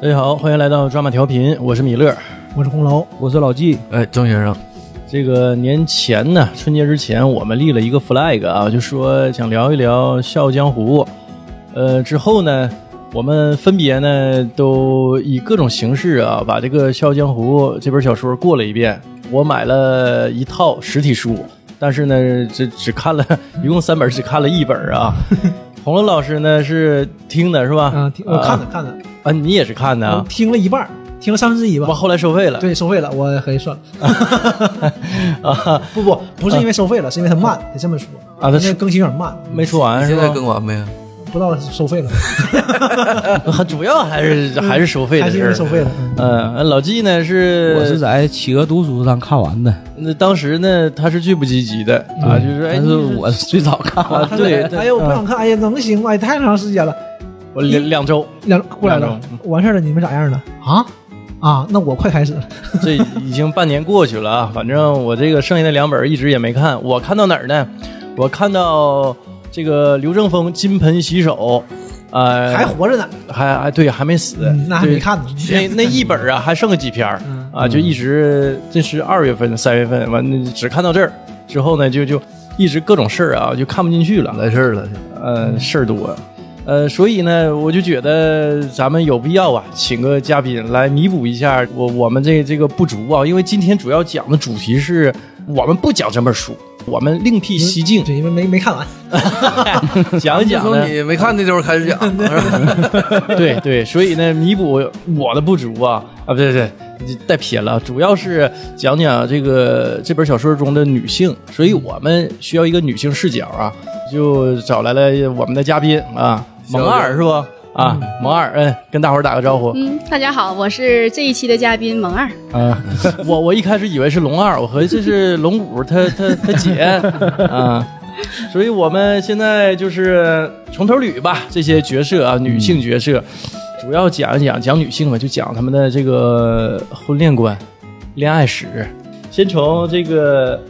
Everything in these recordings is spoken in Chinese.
大家好，欢迎来到抓马调频，我是米勒。我是红楼，我是老纪，哎，郑先生，这个年前呢，春节之前，我们立了一个 flag 啊，就说想聊一聊《笑傲江湖》。呃，之后呢，我们分别呢都以各种形式啊，把这个《笑傲江湖》这本小说过了一遍。我买了一套实体书，但是呢，这只看了一共三本，只看了一本 啊。红楼老师呢是听的是吧？啊，听我看了看了，啊，你也是看的我啊？听了一半儿，听了三分之一吧我。后来收费了。对，收费了，我可以算了。 啊，不不，不是因为收费了，是因为它慢，得这么说啊它那是个更新有点慢，没说完是现吧？在 更完没？不知道收费了，很啊主要还是还是收费嗯还的事是因儿为。收 费了。嗯嗯，老纪呢是，我是在企鹅读书上看完的，那当时呢他是最不积极的嗯啊，就是说哎，但你是我最早看啊 完。对，对哎呀，我不想看，哎呀，能行吗？哎，太长时间了，我嗯两两 周，两过来了两周，嗯完事儿了，你们咋样了？啊啊，那我快开始了。这已经半年过去了啊，反正我这个剩下的两本一直也没看，我看到哪儿呢？我看到这个刘正风金盆洗手，呃，还活着呢，还还对，还没死，嗯那还对没看呢 那那一本啊，还剩个几篇儿嗯啊，就一直这是二月份、三月份，完了只看到这儿之后呢，就就一直各种事儿啊，就看不进去了，来事儿了，呃，事儿多，呃，所以呢，我就觉得咱们有必要啊，请个嘉宾来弥补一下我我们这这个不足啊，因为今天主要讲的主题是我们不讲这本书，我们另辟蹊径、对，因为没没 看完，嗯 讲一讲从呢。你没看那地方开始讲， 对对，所以呢，弥补我的不足啊啊，不对对，你带撇了，啊主要是讲讲这个这本小说中的女性，所以我们需要一个女性视角啊，就找来了我们的嘉宾啊，萌二是不？啊，萌二，嗯，跟大伙儿打个招呼。嗯，大家好，我是这一期的嘉宾萌二。啊， 我我一开始以为是龙二，我合计这是龙五他他他姐啊，所以我们现在就是从头捋吧，这些角色啊，女性角色，主要讲一讲讲女性嘛，就讲她们的这个婚恋观、恋爱史。先从这个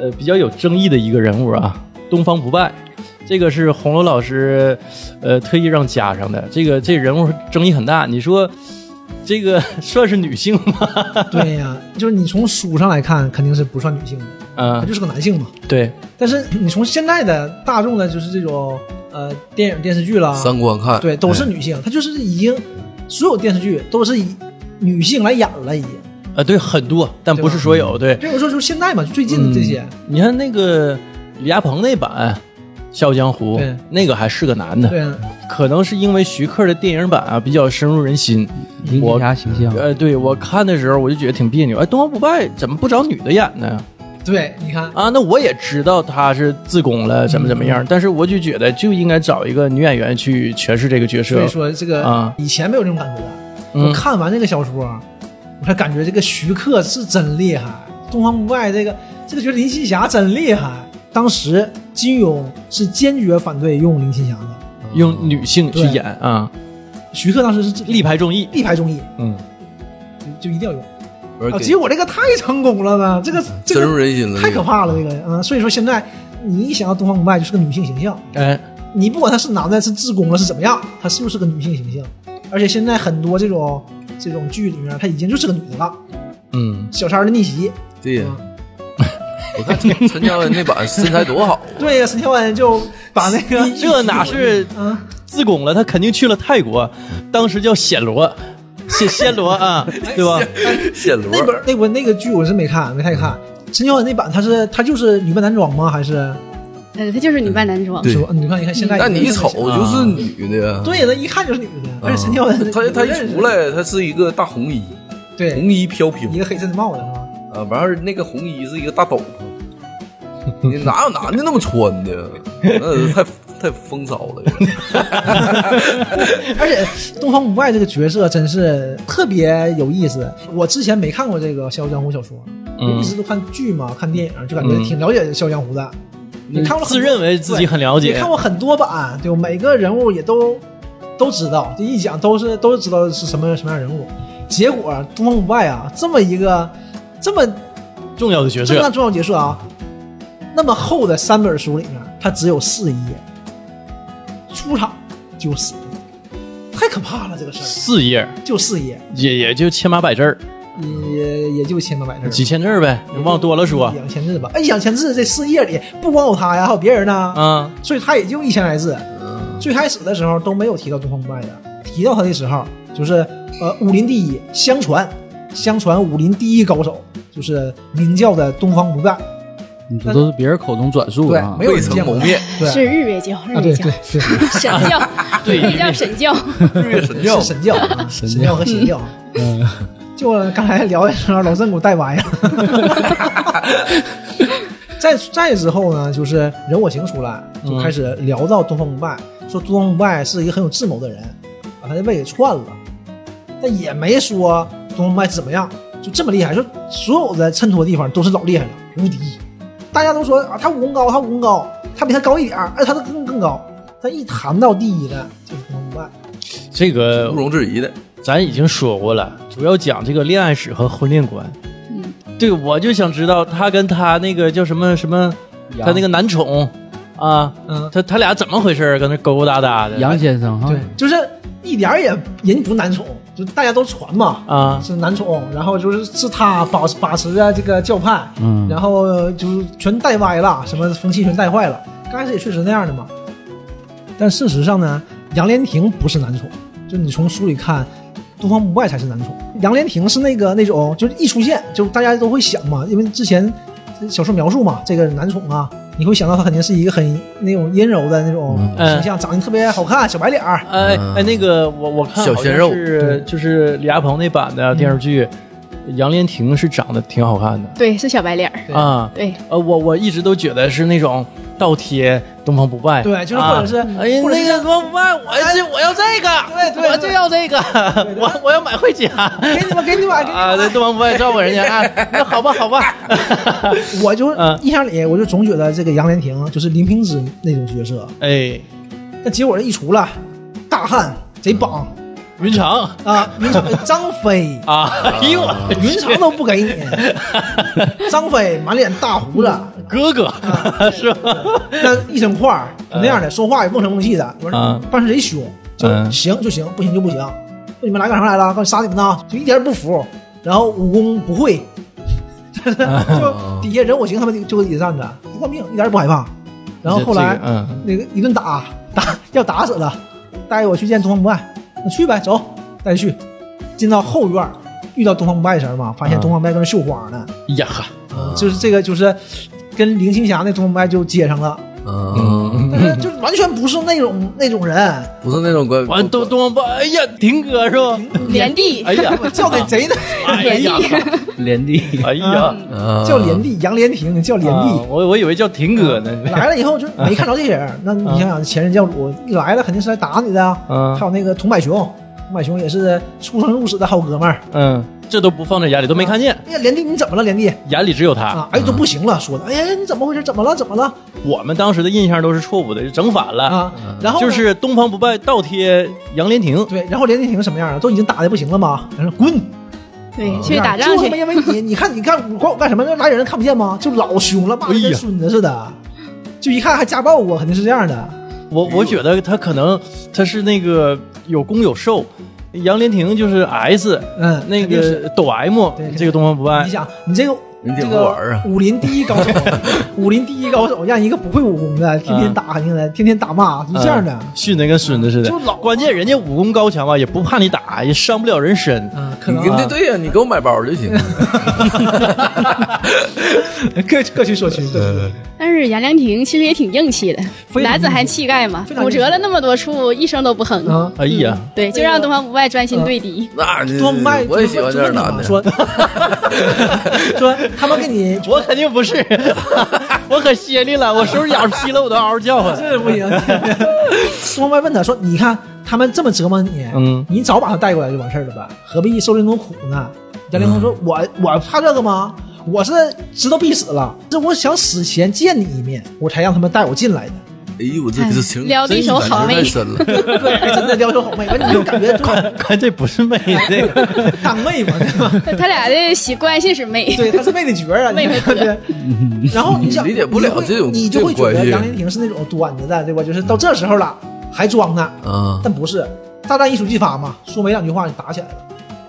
呃比较有争议的一个人物啊，东方不败。这个是红楼老师，呃，特意让加上的。这个这人物争议很大，你说这个 算是女性吗？对呀，就是你从书上来看，肯定是不算女性的，嗯他，就是个男性嘛。对，但是你从现在的大众的，就是这种呃电影电视剧啦，三观看，对，都是女性，她就是已经所有电视剧都是以女性来演了，已经。呃，对，很多，但不是所有，对，比如说就是现在嘛，就最近的这些，嗯你看那个李亚鹏那版《笑傲江湖对》，那个还是个男的，对啊，可能是因为徐克的电影版啊比较深入人心，林青我霞形嗯象，呃，对我看的时候我就觉得挺别扭，哎，东方不败怎么不找女的演呢？对，你看，啊，那我也知道他是自宫了，怎么怎么嗯样，但是我就觉得就应该找一个女演员去诠释这个角所色以，说这个啊以前没有这种感觉的。嗯我看完这个小说，我才感觉这个徐克是真厉害，东方不败这个这个角色林青霞真厉害。当时金庸是坚决反对用林青霞的，用女性去对演啊，徐克当时是力排众议，力排众议，嗯，就就一定要用。不是啊，给结果这个太成功了呢，这个这深入个人心的，太可怕了，这个啊，所以说现在你一想到东方不败就是个女性形象，哎，你不管她是男的是自宫了是怎么样，她就是个女性形象，而且现在很多这种这种剧里面她已经就是个女的了，嗯，小三儿的逆袭，对呀啊，我看陈乔恩那版身材多好，对呀，沈乔恩就把那个 这哪 是啊，自宫了，他肯定去了泰国，当时叫暹罗，暹暹罗啊，对吧？显罗那本那本那个剧我是没看没太看，嗯沈乔恩那版她是她就是女扮男装吗？还是呃，他就是女扮男装。对是吧？你看你看现在，但你一瞅就是女的，对呀，那一看就是女的，而且沈乔啊恩他他我认一识出来，他是一个大红衣，对红衣飘飘一个黑色的帽子是吧？啊，完事儿那个红衣是一个大斗篷，你哪有男的那么穿的？那太太风骚了，而且东方不败这个角色真是特别有意思。我之前没看过这个《笑傲江湖》小说，我嗯一直都看剧嘛，看电影，就感觉挺了解《笑傲江湖》的。你看过很多嗯自认为自己很了解对你看过很多版，对吧，每个人物也都都知道，这一讲都是都知道是什么什么样人物。结果东方不败啊，这么一个这么重要的角这么色，重要角色啊，那么厚的三本书里面，它只有四页，出场就死，太可可怕了，这个事儿四页就四页，也也就千八百字儿，也也就千八百字儿吧，几千字儿呗，你往多了啊说两千字吧。哎，两千字这四页里不光有他呀，还有别人呢。啊。所以他也就一千来字。最开始的时候都没有提到东方不败的，提到他的时候就是呃武林第一，相传相传武林第一高手就是明教的东方不败，你这都是别人口中转嗯述对的啊，没有未人见曾过谋他面，对是日月教，日啊月对教对，对， 神 教，对也叫神教。日月神教是，神教，啊神教和邪教。嗯， 就刚才聊的时候，老郑给我带歪了。再再之后呢，就是人我行出来，就开始聊到东方不败，说东方不败是一个很有智谋的人，把他的胃给串了，但也没说东方不败怎么样，就这么厉害，就所有的衬托地方都是老厉害了，无敌。大家都说啊，他武功高，他武功高，他比他高一点儿，哎，他更更高。但一谈到第一的，就是东方不败。这个毋容置疑的。咱已经说过了，主要讲这个恋爱史和婚恋观。嗯，对，我就想知道他跟他那个叫什么什么，他那个男宠啊，嗯，他他俩怎么回事儿？搁那勾勾搭搭的。杨先生哈，对，啊就是一点儿也人不难宠，就大家都传嘛，啊，是难宠，然后就是是他把把持着这个教派，嗯，然后就是全带歪了，什么风气全带坏了。刚开始也确实那样的嘛，但事实上呢，杨莲亭不是男宠，就你从书里看。东方不败才是男宠，杨莲亭是那个那种，就是一出现就大家都会想嘛，因为之前小说描述嘛，这个男宠啊，你会想到他肯定是一个很那种阴柔的那种嗯形象，长得特别好看，小白脸儿，哎嗯哎，那个我我看小好像鲜肉是就是李亚鹏那版的电视剧，杨莲亭是长得挺好看的对，是小白脸儿。对啊。对，呃，我我一直都觉得是那种倒贴东方不败，对，就是或者是，啊哎呀或者那是哎个东方不败，我这我要这个，对对，我就要这个，我我要买回家对给你吧，给你吧，给你啊！这吧。东方不败照顾人家 啊，那好吧好吧，我就嗯印象里，我就总觉得这个杨莲亭就是林平之那种角色，哎，但结果人一出来，大汉贼棒云长 啊，云长张飞，啊，哎呦我去云长都不给你，张飞满脸大胡子， 哥哥啊是吧？那一身块儿就那样的，说话也瓮声瓮气的，我说嗯办事贼凶，就嗯行就行，不行就不行，你们来干啥来了？告诉杀你们呢，就一点也不服，然后武功不 会，就是就底下人我行，他们就就底下站着，不惯命，一点也不害怕。然后后来这个嗯，那个一顿打打 要打死了，带我去见东方不败，那去呗，走，带去，进到后院儿遇到东方不败时候嘛，发现嗯啊东方不败跟那绣花呢，呀哈，就是这个就是跟林青霞那东方不败就接上了。嗯，但是 就是完全不是那种那种人，不是那种关完东东方不败，哎呀，婷哥是吧？连地哎呀，我叫给 贼呢，哎连呀，地，连地， 哎呀，啊叫连帝杨连亭，叫连啊帝。我我以为叫婷哥呢， 来了以后就没看着这人， 那你想想前任教主一来了肯定是来打你的啊，嗯还有那个桐柏雄，桐柏雄也是出生入死的好哥们儿。嗯，这都不放在眼里，都没看见，哎呀，连帝你怎么了，连帝眼里只有他。啊？哎都不行了，说的，哎呀你怎么回事？怎么了？怎么了？我们当时的印象都是错误的，就整反了。啊，然后嗯呢就是东方不败倒贴杨莲亭，对，然后连帝亭什么样啊？都已经打的不行了吗？然后滚，哎对，去打仗就他去妈。因为你，你看你看我管我干什么？那来人看不见吗？就老凶了，骂哎的跟呀孙子似的，就一看还家暴啊我，肯定是这样的。我嗯我觉得他可能他是那个有攻有受，杨莲亭就是 S，嗯，那肯定是个抖 M，对这个东方不败你，想，你这个你这挺个会玩啊武林第一 高手，武林第一高手让一个不会武功的天天打，肯定的，天天打骂，就这样的。嗯训的跟孙子似的就老。关键人家武功高强吧，也不怕你打，也伤不了人身。嗯，可你能跟啊对对呀，你给我买包 就行。嗯各各取所需，对对对，但是颜良亭其实也挺硬气的，非常男子汉气概嘛非，常硬骨折了那么多处，一声都不嗯哼。啊，哎呀，对，就让东方不败专心对敌。那你多卖，我也喜欢这样男的。 说说他们给你，我肯定不是， 我可犀利了，我手指甲劈了我都嗷嗷叫唤。这不 行。东方白问他说：“你看他们这么折磨你，嗯你早把他带过来就完事儿了呗，何必受这种苦呢？”杨凌空嗯说：“我我怕这个吗？我是知道必死了，这我想死前见你一面，我才让他们带我进来的。 哎呦，我这这情撩真弟手好感觉妹太 深了。对，真的撩手好妹，我你就感 觉看看这不是妹，这个当妹嘛，对吧？他俩的习关系是妹，对，她是妹的角儿啊，妹的角儿对。然后你想理解不了这种你就会这觉种关得系杨丽婷是那种端着的，对吧？就是到这时候了还装呢，啊，但不是，大战艺术技法嘛，说没两句话就打起来了。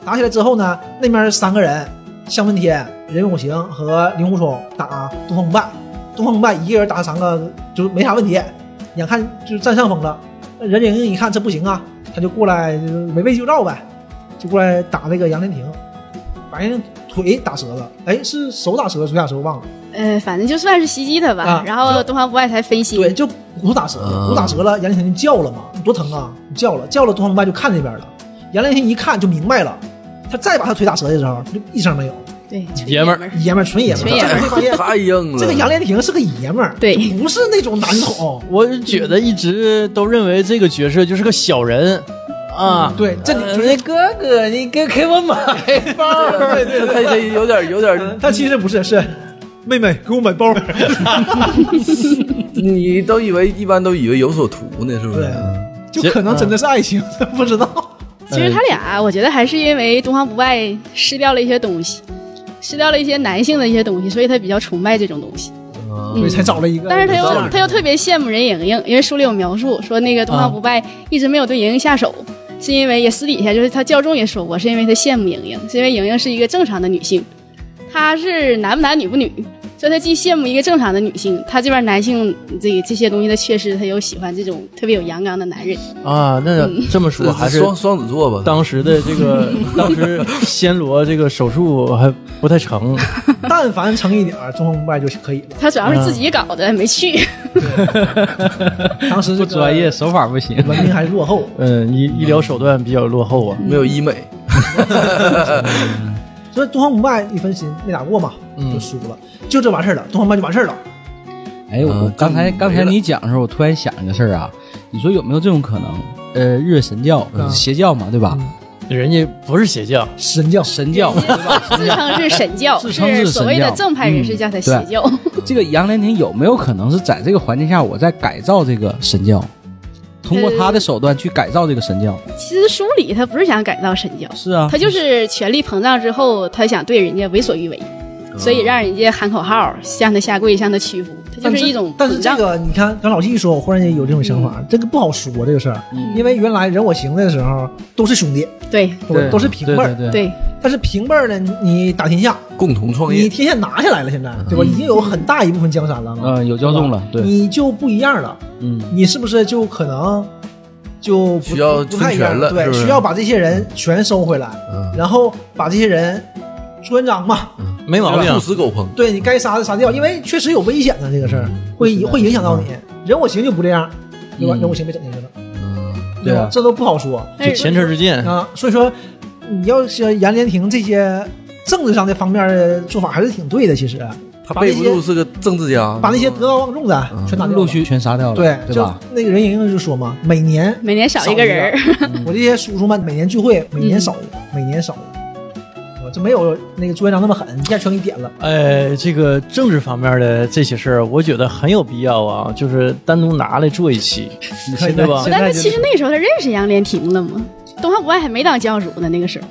打起来之后呢，那边三个人，向问天、任永行和林狐冲打东方不败，东方不败一个人打三个就是没啥问题，眼看就是占上风了。那任盈盈一看这不行啊，他就过来就是围魏救赵呗，就过来打这个杨莲亭，把人腿打折了，哎，是手打折了，手打折忘了。呃，反正就算是袭击他吧。啊然后东方不败才分析，对，就骨头打折了，啊骨头打折了，杨凌天就叫了嘛，多疼啊！你叫了，叫了，东方不败就看这边了。杨凌天一看就明白了，他再把他腿打折的时候，他就一声没有，对，纯爷们儿儿，爷们儿纯爷们儿。纯爷们这儿才发现太硬 了。这个杨莲亭是个爷们儿，对不是那种男宠。 我觉得一直都认为这个角色就是个小人啊。对， 这里就是哥哥，你给给我买包。对对，他他有点有点，他其实不是，是 妹妹给我买包。你都以为一般都以为有所图呢，是不 是对？，就可能真的是爱情， 不知道。其实他俩，我觉得还是因为东方不败失掉了一些东西，失掉了一些男性的一些东西，所以他比较崇拜这种东西。嗯嗯所以才找了一个。但是他有道理又他又特别羡慕任盈盈，因为书里有描述说那个东方不败一直没有对盈盈下手，是因为也私底下就是他教众也说过，是因为他羡慕盈盈，是因为盈盈是一个正常的女性，她是男不男女不女，所以他既羡慕一个正常的女性，他这边男性这个这些东西的缺失，他又喜欢这种特别有阳刚的男人。啊，那这么说这还还是是双双子座吧？当时的这 个当时暹罗这个手术还不太成，但凡成一点儿，中方不败就可以了。他主要是自己搞的，没去。当时这不个专业，手法不行。文明还落后，嗯，医医疗手段比较落后啊。没有医美，所以东方不败一分心没打过嘛，嗯就输了，就这完事儿了，东方不败就完事儿了。哎，我嗯刚才就刚没才了你讲的时候，我突然想一个事儿啊，你说有没有这种可能？呃，日月神教嗯邪教嘛，对吧？人家不是邪教，神教神教 自称是 神教，自称是神教所谓嗯的正派人士叫他邪教。 这个杨莲亭有没有可能是在这个环境下，我在改造这个神教，通呃过他的手段去改造这个神教？其实书里他不是想改造神教，是啊，他就是权力膨胀之后，他想对人家为所欲为，哦所以让人家喊口号，向他下跪，向他屈服，他但就是一种但是膨这胀。个你看，刚老纪一说，我忽然间有这种想法，这个不好说这个事儿，因为原来人我行的时候都是兄弟，对都对都是平辈对儿，对对，对，但是平辈儿呢，你你打天下，共同创你业，天下拿下来了，现在对吧？已经有很大一部分江山了嘛，嗯，有教众了，对，你就不一样了，嗯，你是不是就可能就不需要不太一样分权了是对，不是需要把这些人全收回来，嗯然后把这些人朱元璋嘛，没毛病兔。死狗烹，对你该杀的杀掉，因为确实有危险的这个事儿，会会影响到你。人我行就不这样，对吧？嗯人我行被整进去了，嗯对吧啊哎这都不好说但是前车之鉴，啊。所以说，你要是杨莲亭这些政治上的方面的做法还是挺对的，其实他背不住是个政治家，把那些德高望重的嗯全打掉了陆续全杀掉了，对，对就吧？那个任盈盈就说嘛，每年每年少一个人儿，嗯我这些叔叔们每年聚会，每年少一个，每年少一个。我这没有那个朱元璋那么狠，一下全给你点了。呃，这个政治方面的这些事儿，我觉得很有必要啊，就是单独拿来做一期，现对吧现但啊在是其实那时候他认识杨莲亭了嘛，东汉不败还没当教主呢，那个时候。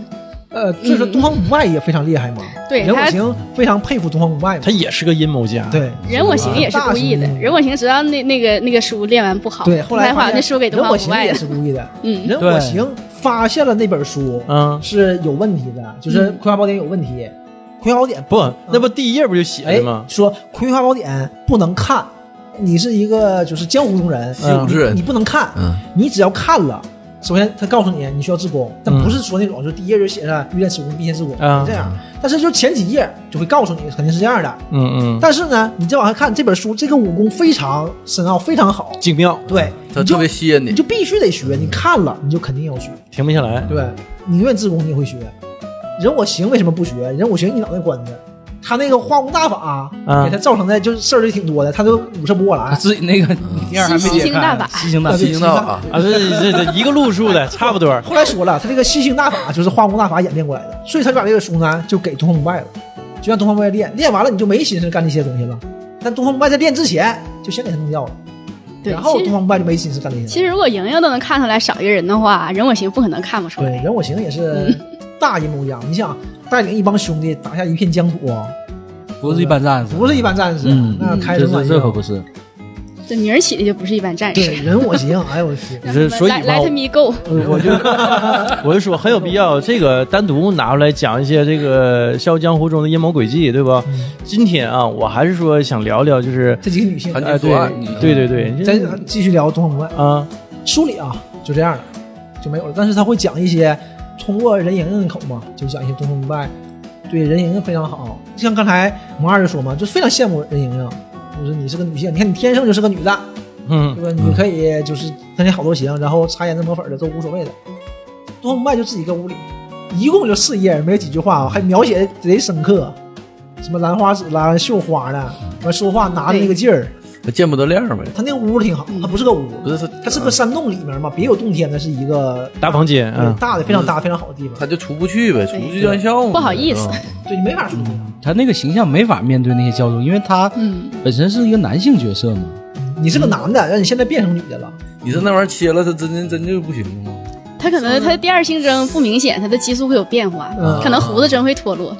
呃，所嗯以说东方不败也非常厉害嘛。对任我他行非常佩服东方不败嘛 他。也是个阴谋家。，对人我行也是故意的大型，人我行知道那那个那个书练完不好，对，后来才把发那现书给东任方我不行败也了。是故意的。嗯，任我行发现了那本书嗯，是有问题的，就是嗯《葵花宝典》有问题，《葵花宝典》不，那不第一页不就写哎的吗？说《葵花宝典》不能看，你是一个就是江湖中人，习武之嗯人你不能看，嗯你只要看了，首先他告诉你你需要自宫，但嗯不是说那种就第一页就写上欲练此功必先自宫，啊不是这样。但是就前几页就会告诉你肯定是这样的。嗯嗯，但是呢，你再往下看这本书，这个武功非常深奥，非常好，精妙，对，他你特就别吸引你你，就必须得学，你看了你就肯定要学，停不下来。对，嗯你愿自宫你也会学。人我行为什么不学？人我行一脑袋关子，他那个化无大法、嗯啊给他造成的就是事儿就挺多的，他都捂塞不过来。自己那个 第二还没吸解星大开法，嗯吸星大啊法，对吸引到啊，啊，这这这一个路数 的，差不多。后来说了，他这个吸星大法就是化工大法演变过来的，所以他就把这个书呢就给东方不败了，就让东方不败练，练完了你就没心思干这些东西了。但东方不败在练之前就先给他弄掉了，对，然后其东实方不败就没心思干这些其实如果莹莹都能看出来少一个人的话，人我行不可能看不出对，来。人我行也是嗯大阴谋家，你想带领一帮兄弟打下一片疆土，啊不是一般战士，不是一般战士，啊嗯，那开什这么玩这笑？这可不是。这名儿起的就不是一般战士对，。人我行，嗯哎呦我的天，让他们所以来嘛来他们一 go，我就我就说很有必要，这个单独拿出来讲一些这个《笑傲江湖》中的阴谋诡计，对吧？嗯今天啊，我还是说想聊聊，就是 这几个女性，谈哎，情对说爱，对对对，这咱继续聊《东方不败》啊，书里啊，就这样了，就没有了。但是他会讲一些通过任盈盈的口嘛，就讲一些《东方不败》对任盈盈非常好。就像刚才萌二就说嘛，就非常羡慕任盈盈，就是你是个女性，你看你天生就是个女的，嗯对吧？你可以就是跟你好多行，然后擦胭脂抹粉的都无所谓的。东方不败就自己一个屋里，一共就四页，没有几句话啊，还描写的贼深刻，什么兰花指啦、绣花啦，完说话拿的那个劲儿，他见不得面儿呗，他那个屋挺好，它不是个屋，不是他，呃它是个山洞里面嘛，别有洞天的是一个大房间对啊，大的非常大非常好的地方，嗯他就出不去呗，出不去见效嘛不好意思嗯对你没法说。他那个形象没法面对那些教众，因为他嗯，本身是一个男性角色嘛。你是个男的，让你现在变成女的了，你说那玩意儿切了，他真真真就不行了吗？他可能他的第二性征不明显，他的激素会有变化，嗯可能胡子真会脱落。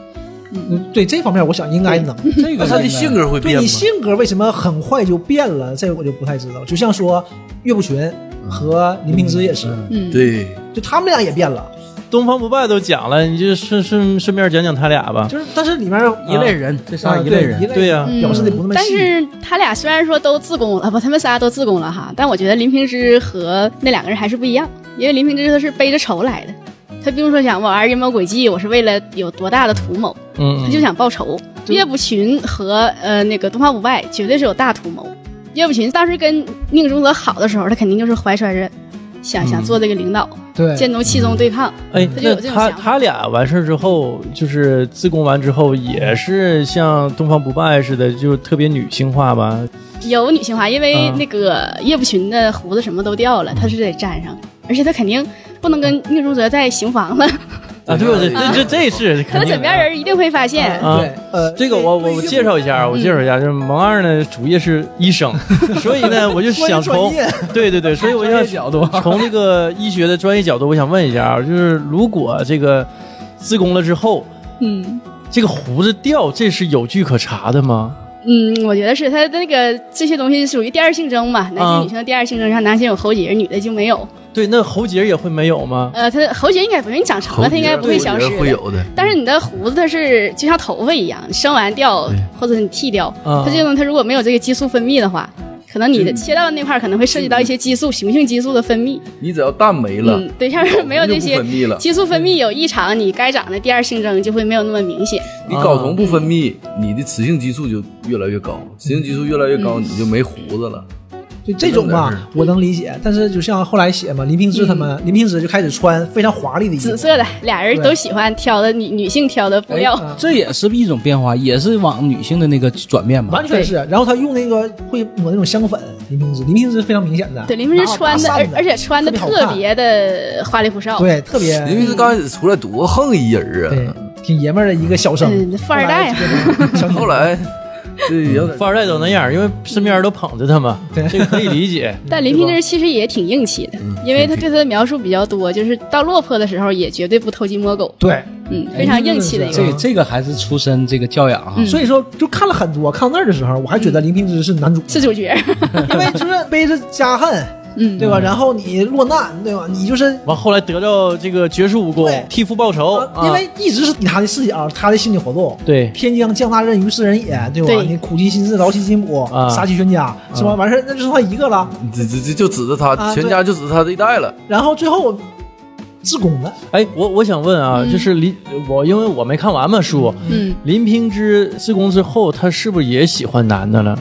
嗯，对这方面我想应该能。这那个他的应该性格会对变你吗？性格为什么很快就变了，这个我就不太知道。就像说岳不群嗯和林平之也是，嗯，对，就他们俩也变了，东方不败都讲了，你就顺顺顺便讲讲他俩吧。就是但是里面一类人，这仨啊一对类一人，类对呀嗯表示的不那么但细。是他俩虽然说都自宫了，啊不，他们仨都自宫了哈，但我觉得林平之和那两个人还是不一样，因为林平之他是背着仇来的，他并不是说想玩阴谋诡计，我是为了有多大的图谋，嗯，他就想报仇。岳不群和呃那个东方不败绝对是有大图谋。岳不群当时跟宁荣泽好的时候，他肯定就是怀揣着想想做这个领导，对剑宗气宗对抗。哎，他就那有这种他想法他俩完事儿之后，就是自宫完之后，也是像东方不败似的，就特别女性化吧？啊有女性化，因为啊那个叶不群的胡子什么都掉了，他是得粘上，而且他肯定不能跟宁荣泽在行房了，啊，对不对？这这这是他肯定的的枕边人一定会发现。啊对，呃，这个我我我介绍一嗯下，我介绍一下，就是萌二呢，主业是医生， 所以呢，我就想专从 业对对对，所以我想角度从这个医学的专业角度，我想问一下啊，就是如果这个自宫了之后，嗯这个胡子掉，这是有据可查的吗？嗯，我觉得是他的那个这些东西属于第二性征嘛，男啊性女性的第二性征，像男性有喉结，女的就没有。对，那喉结也会没有吗？呃，他的喉结应该不是你长长了，他应该不会消失我觉得会的。有的。但是你的胡子它是就像头发一样，生完掉对或者你剃掉，啊它这种它如果没有这个激素分泌的话，可能你的切到的那块儿可能会涉及到一些激素雄性激素的分泌。你只要蛋没了，嗯，对，要是没有就这不些分泌了，激素分泌有异常，你该长的第二性征就会没有那么明显。你睾酮不分泌，你的雌性激素就越来越高，雌性激素越来越高，你就没胡子了。就这种吧，我能理解。但是就像后来写嘛，林平之他们，林平之就开始穿非常华丽的衣服嗯紫，色的俩人都喜欢挑的女女性挑的布料，啊这也是一种变化，也是往女性的那个转变嘛完。全是。然后他用那个会抹那种香粉，林平之，林平之非常明显的，对，林平时穿的，然后而搭讪而且穿的特别好特看别的花里胡哨，对，特别因为是刚开始出来多横一嗯对人，挺爷们儿的一个小生，嗯，富二代啊，小 啊，后来嗯这也有点富二代都那样，因为身边人都捧着他嘛，对这个可以理 解。但林平之其实也嗯挺硬气的，因为他对他的描述比较多，就是到落魄的时候也绝对不偷鸡摸狗，对，嗯，非常硬气的一个这人。个这个还是出身这个教养哈嗯，所以说就看了很多，看到那儿的时候，我还觉得林平之是男主，是主角， 因为就是背着家恨，嗯，对吧？然后你落难，对吧？你就是。完后来得到这个绝世武功对，替父报仇，呃啊因为一直是他的视角，他的心理活动。对天将降大任于斯人也，对吧？对你苦其心志，劳其筋骨，啊杀其全家，是吧？完事儿那就剩他一个了。这这这就指着他，啊全家就指着他这一代了。然后最后我自宫了，哎，我我想问啊，就是林我因为我没看完嘛书，嗯，林平之自宫之后，他是不是也喜欢男的了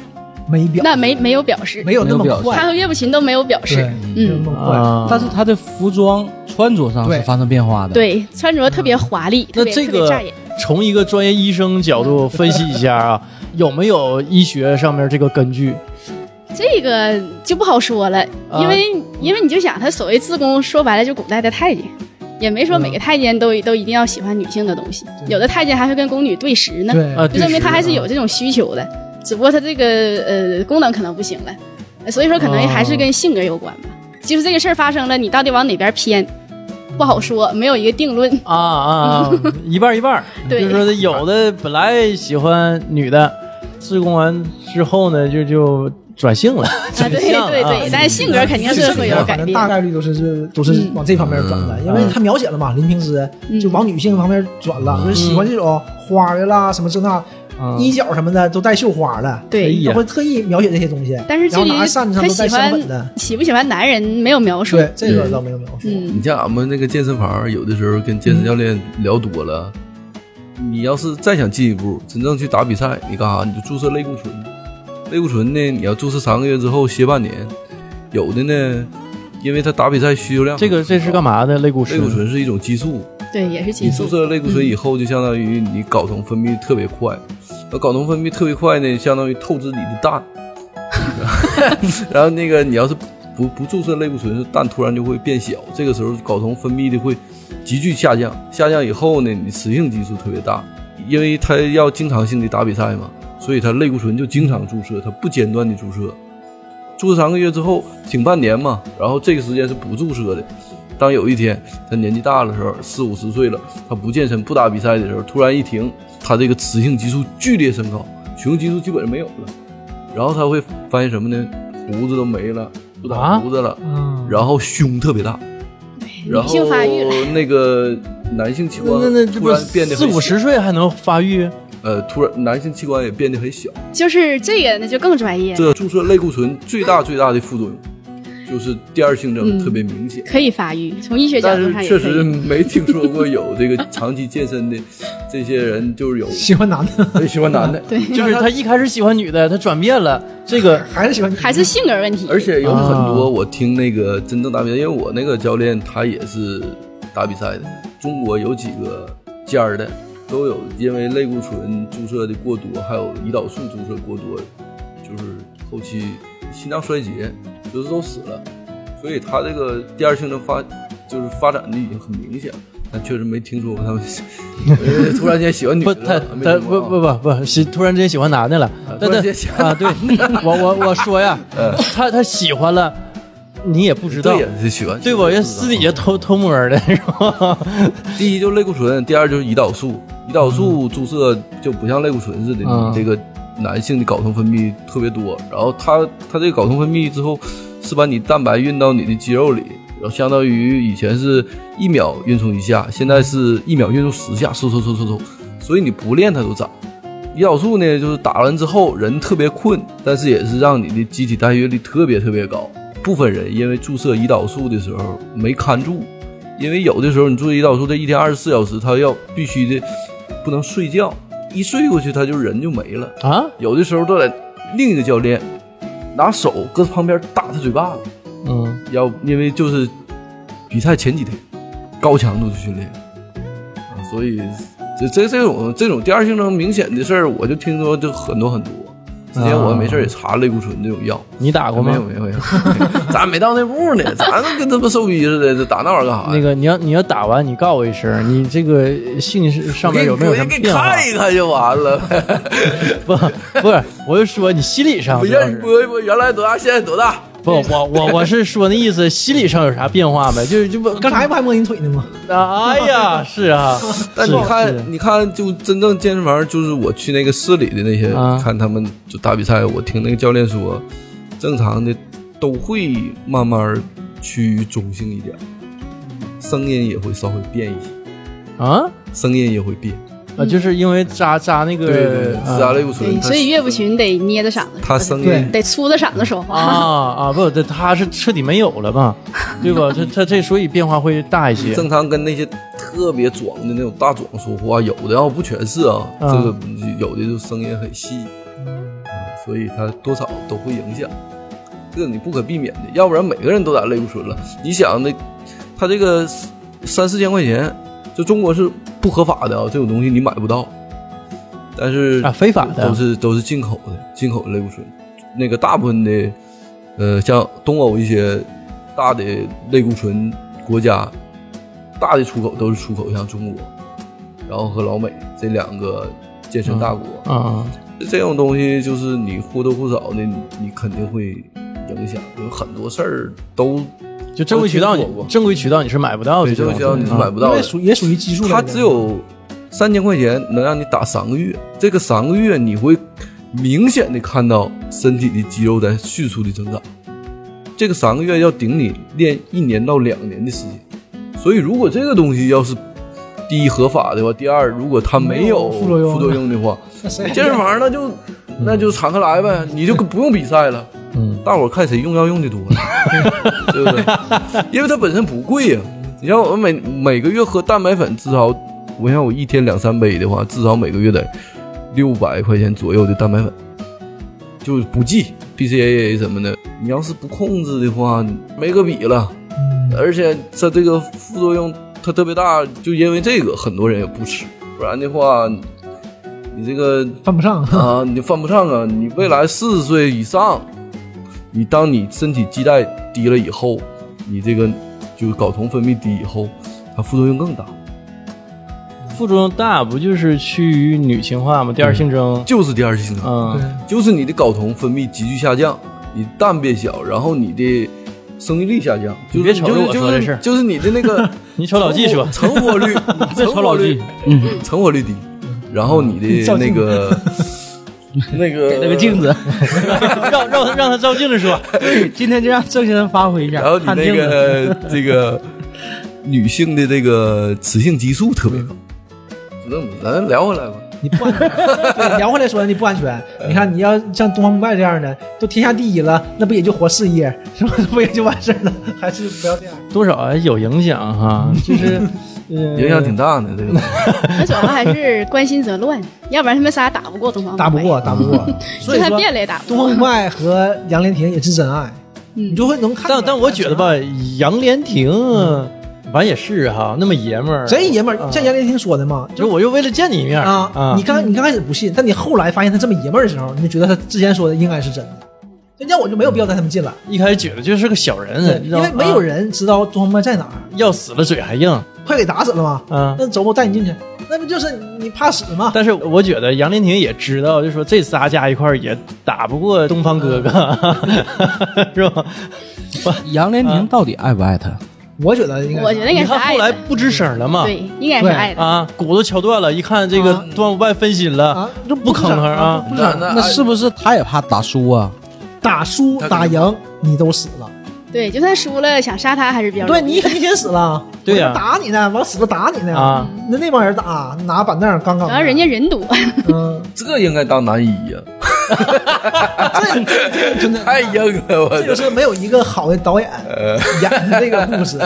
没表，那没没有表示，没有那没有么表他快，和岳不群都没有表示对，，没有那嗯，么快。啊？但是他的服装穿着上是对发生变化的。，对，穿着特别华丽，特那别这特别个扎眼。从一个专业医生角度分析一下啊，有没有医学上面这个根据？这个就不好说了，啊因为、因为你就想，他所谓自宫，说白了就古代的太监，也没说每个太监都、都一定要喜欢女性的东西，有的太监还会跟宫女对食呢，对啊，就证明他还是对有这种需求的，只不过他这个呃功能可能不行了，呃所以说可能哦还是跟性格有关吧。就是这个事儿发生了，你到底往哪边偏，不好说，没有一个定论。啊啊啊，一半儿一半儿， 对就是说有的本来喜欢女的，自宫完之后呢，就就转性了， 啊，转 对向了对啊对，但是性格肯定是会有改啊反正变嗯大。概率都是是都是往这方面转的，因为他描写了嘛，林平之就往女性方面转了，就是喜欢这种花儿的啦，什么这那嗯衣角什么的都带绣花的，哎对，呀他会特意描写这些东西。但是然至后于拿扇子上他都带喜香欢粉的，喜不喜欢男人没有描述。对这个倒没有描述。嗯你像俺们那个健身房，有的时候跟健身教嗯练聊多了，你要是再想进一步，真正去打比赛，你干啥？你就注射类固醇。类固醇呢，你要注射三个月之后歇半年。有的呢，因为他打比赛需求量，这个这是干？嘛的？类固类醇。固醇是一种激素，对，也是你激注素。射了类固醇以后，就相当于你睾酮分泌特别快，那睾酮分泌特别快呢，相当于透支你的蛋， 然后那个你要是不不注射类固醇，蛋突然就会变小，这个时候睾酮分泌的会急剧下降，下降以后呢，你雌性激素特别大，因为它要经常性的打比赛嘛，所以它类固醇就经常注射，它不间断的注射，注射三个月之后挺半年嘛，然后这个时间是不注射的。当有一天他年纪大了时候，四五十岁了，他不健身不打比赛的时候，突然一停，他这个雌性激素剧烈升高，雄性激素基本上没有了，然后他会发现什么呢？胡子都没了，不啊打胡子了，嗯，然后胸特别大，然女后性发育了，那个男性器官那那这突不然变得四很五十小，岁还能发 育？呃，突然男性器官也变得很小。就是这个那就更专业，这注射类固醇最大最大的副作用就是第二性嗯征特别明显。可以发育。从医学角但度是上也确可实以。没听说过有这个长期健身的这些人，就是有喜欢男的喜欢 男的，对，就是他一开始喜欢女的，他转变了，这 个还是喜欢女的还是性格问题。而且有很啊多我听那个真正打比赛，因为我那个教练他也是打比赛的，中国有几个尖儿的都有因为类固醇注射的过多，还有胰岛素注射过多，就是后期心脏衰竭，就是都死了，所以他这个第二性征发就是发展的已经很明显了。但确实没听说过他们呃 突然间喜欢女不，的他了，没他听不过啊不不不，是突然之间喜欢男的了，但突然他间喜欢嗯啊，对 我我我说呀，他他喜欢了，你也不知道对，呀，是喜欢对我也私底下偷偷摸的是吧？第一就是类固醇，第二就是胰岛素。胰岛素注射就不像类固醇似的，嗯你这个男性的睾酮分泌特别多，然后它它这个睾酮分泌之后是把你蛋白运到你的肌肉里，然后相当于以前是一秒运送一下，现在是一秒运送十下，嗖嗖嗖嗖嗖，所以你不练它都长。胰岛素呢，就是打完之后人特别困，但是也是让你的机体代谢率特别特别高。部分人因为注射胰岛素的时候没看住，因为有的时候你注射胰岛素，这一天二十四小时，他要必须的不能睡觉，一睡过去他就人就没了。啊，有的时候都在另一个教练拿手搁旁边打他嘴巴子，嗯，要因为就是比赛前几天高强度的训练，啊所以这 这这种这种第二性征明显的事儿，我就听说就很多很多。之前我没事儿也查类固醇这种药，你打过没有吗？没有没 有，咱没到那步呢，咱跟他妈兽逼似的，这打那玩意儿干啥呀？那个你要你要打完，你告我一声，你这个性上面有没有什么我给你变化？看一看就完了，不不是，我就说你心理上我主要让你啊是播一播，原来多大，现在多大？不，我我我是说那意思，心理上有啥变化没？就是就不刚 才不还摸您腿呢吗？哎呀，是啊，但是你是看，你看，就真正健身房，就是我去那个市里的那些，啊看他们就打比赛，我听那个教练说，正常的都会慢慢趋于中性一点，声音也会稍微变一些，啊声音也会变，啊，就是因为扎扎那个对对，对啊是啊，类固对，醇，所以岳不群得捏着嗓子，他声对音得粗着嗓子说啊话。啊，不，这他是彻底没有了吧？对 吧？他他这所以变化会大一些。正常跟那些特别壮的那种大壮说话，有的啊不全是啊，啊这个有的就声音很细，嗯所以它多少都会影响，这个你不可避免的，要不然每个人都打类固醇了，你想那他这个三四千块钱，就中国是不合法的啊，这种东西你买不到，但是啊非法的都是都是进口的，进口的类固醇，那个大部分的，呃，像东欧一些大的类固醇国家，大的出口都是出口向中国，然后和老美这两个健身大国，啊，这种东西就是你或多或少的，你你肯定会影响，有很多事儿都就正规渠道你都听说过正规渠道你是买不到的，嗯对正规渠道你是买不因到为的。属也属于激素类的。它只有三千块钱能让你打三个月，这个三个月你会明显的看到身体的肌肉在迅速的增长。这个三个月要顶你练一年到两年的时间，所以如果这个东西要是第一合法的话，第二如果它没有没有副作用副作用的话，那谁还啊健身房那就那就敞开来呗，你就不用比赛了。嗯，大伙儿看谁用药用的多，对不对？因为它本身不贵呀、你像我们每每个月喝蛋白粉，至少我像我一天两三杯的话，至少每个月得六百块钱左右的蛋白粉，就是不计 BCAA 什么的。你要是不控制的话，没个比了。而且它这个副作用它特别大，就因为这个很多人也不吃，不然的话，你这个犯不上。 啊，你犯不上啊！你未来四十岁以上，你当你身体基带低了以后，你这个就是睾酮分泌低以后，它副作用更大，副作用大不就是趋于女性化吗？第二性征，就是第二性征，嗯，就是你的睾酮分泌急剧下降，你蛋变小，然后你的生育力下降，你就是别瞅着就是我就说是这事儿就是你的那个你瞅老纪说，成活率，这成瞅活老率纪，，嗯，成活率低，然后你你的较劲那个那个给了个镜子， 让让他让他照镜子说， 今天就让郑先生发挥一下，然后你看那镜子个 这个女性的这个雌性激素特别高。那我们咱聊回来吧，你不安全，对，聊回来说你不安全。你看，你要像东方不败这样的，都天下第一了，那不也就活四页，是吧？ 不也就完事儿了？还是不要这样。多少还有影响哈，就是嗯影响挺大的。这个 他主要还是关心则乱，要不然他们仨打不过东方打不白过，，打不过。所 就以算说，变了也打不东过方。不败和杨莲亭也是真爱，嗯你就会能看出来。但但我觉得吧，杨莲亭啊，反正也是哈，那么爷们儿，真爷们啊儿，像杨莲亭说的嘛，就是我又为了见你一面儿嗯啊，你刚你刚开始不信，但你后来发现他这么爷们儿的时候，你就觉得他之前说的应该是真的。人家我就没有必要带他们进来，一开始觉得就是个小对人，你知因道吗为没有人知道东方不败在哪儿，啊要死了嘴还硬快给打死了嘛。啊。那周末带你进去，那不就是你怕死吗？但是我觉得杨莲亭也知道，就说这仨加一块儿也打不过东方哥哥， 是吧？杨莲亭到底爱不爱他？我觉得应该，我觉得应你该是看爱后来的，不吱声了嘛，对，应该是对爱的。啊，骨头敲断了，一看这个啊段无外分心了，啊，就不吭吭吭啊不那吭那那是不是他也怕打输啊？打输他打肯定赢你都死了，对，就算输了，想杀他还是比较对容易你的肯定先死了，对呀我这打你呢，往死了打你呢啊！那那帮人打，拿板凳杠杠的，然后人家人多，嗯，哎这应该当男一呀、这这这真的太硬了，我这就这是没有一个好的导演演的这个故事。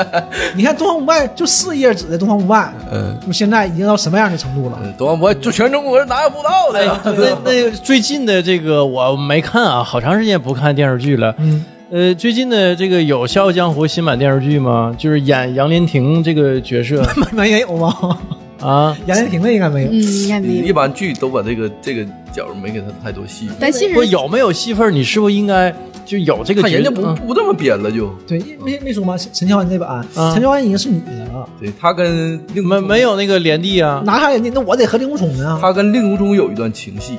你看《东方不败》就四页纸的《东方不败嗯》，就现在已经到什么样的程度了？东方不败就全中国人哪也不知道的哎呀。，那那最近的这个我没看啊，好长时间不看电视剧了。嗯，呃，最近的这个有《笑傲江湖》新版电视剧吗？就是演杨莲亭这个角 色没 没有吧？啊，杨丽婷的应该没有。 嗯，应该没一有。般剧都把这个这个角儿没给他太多戏，但其实不有没有戏份儿？你是不是应该就有这个看角人家色？不嗯不这么编了就，对，没没说吗？陈陈乔恩这版，啊陈乔恩已经是女的了，对他跟令狐没冲没有那个连帝啊？拿下人家，那我得和令狐冲呢。他跟令狐冲有一段情戏，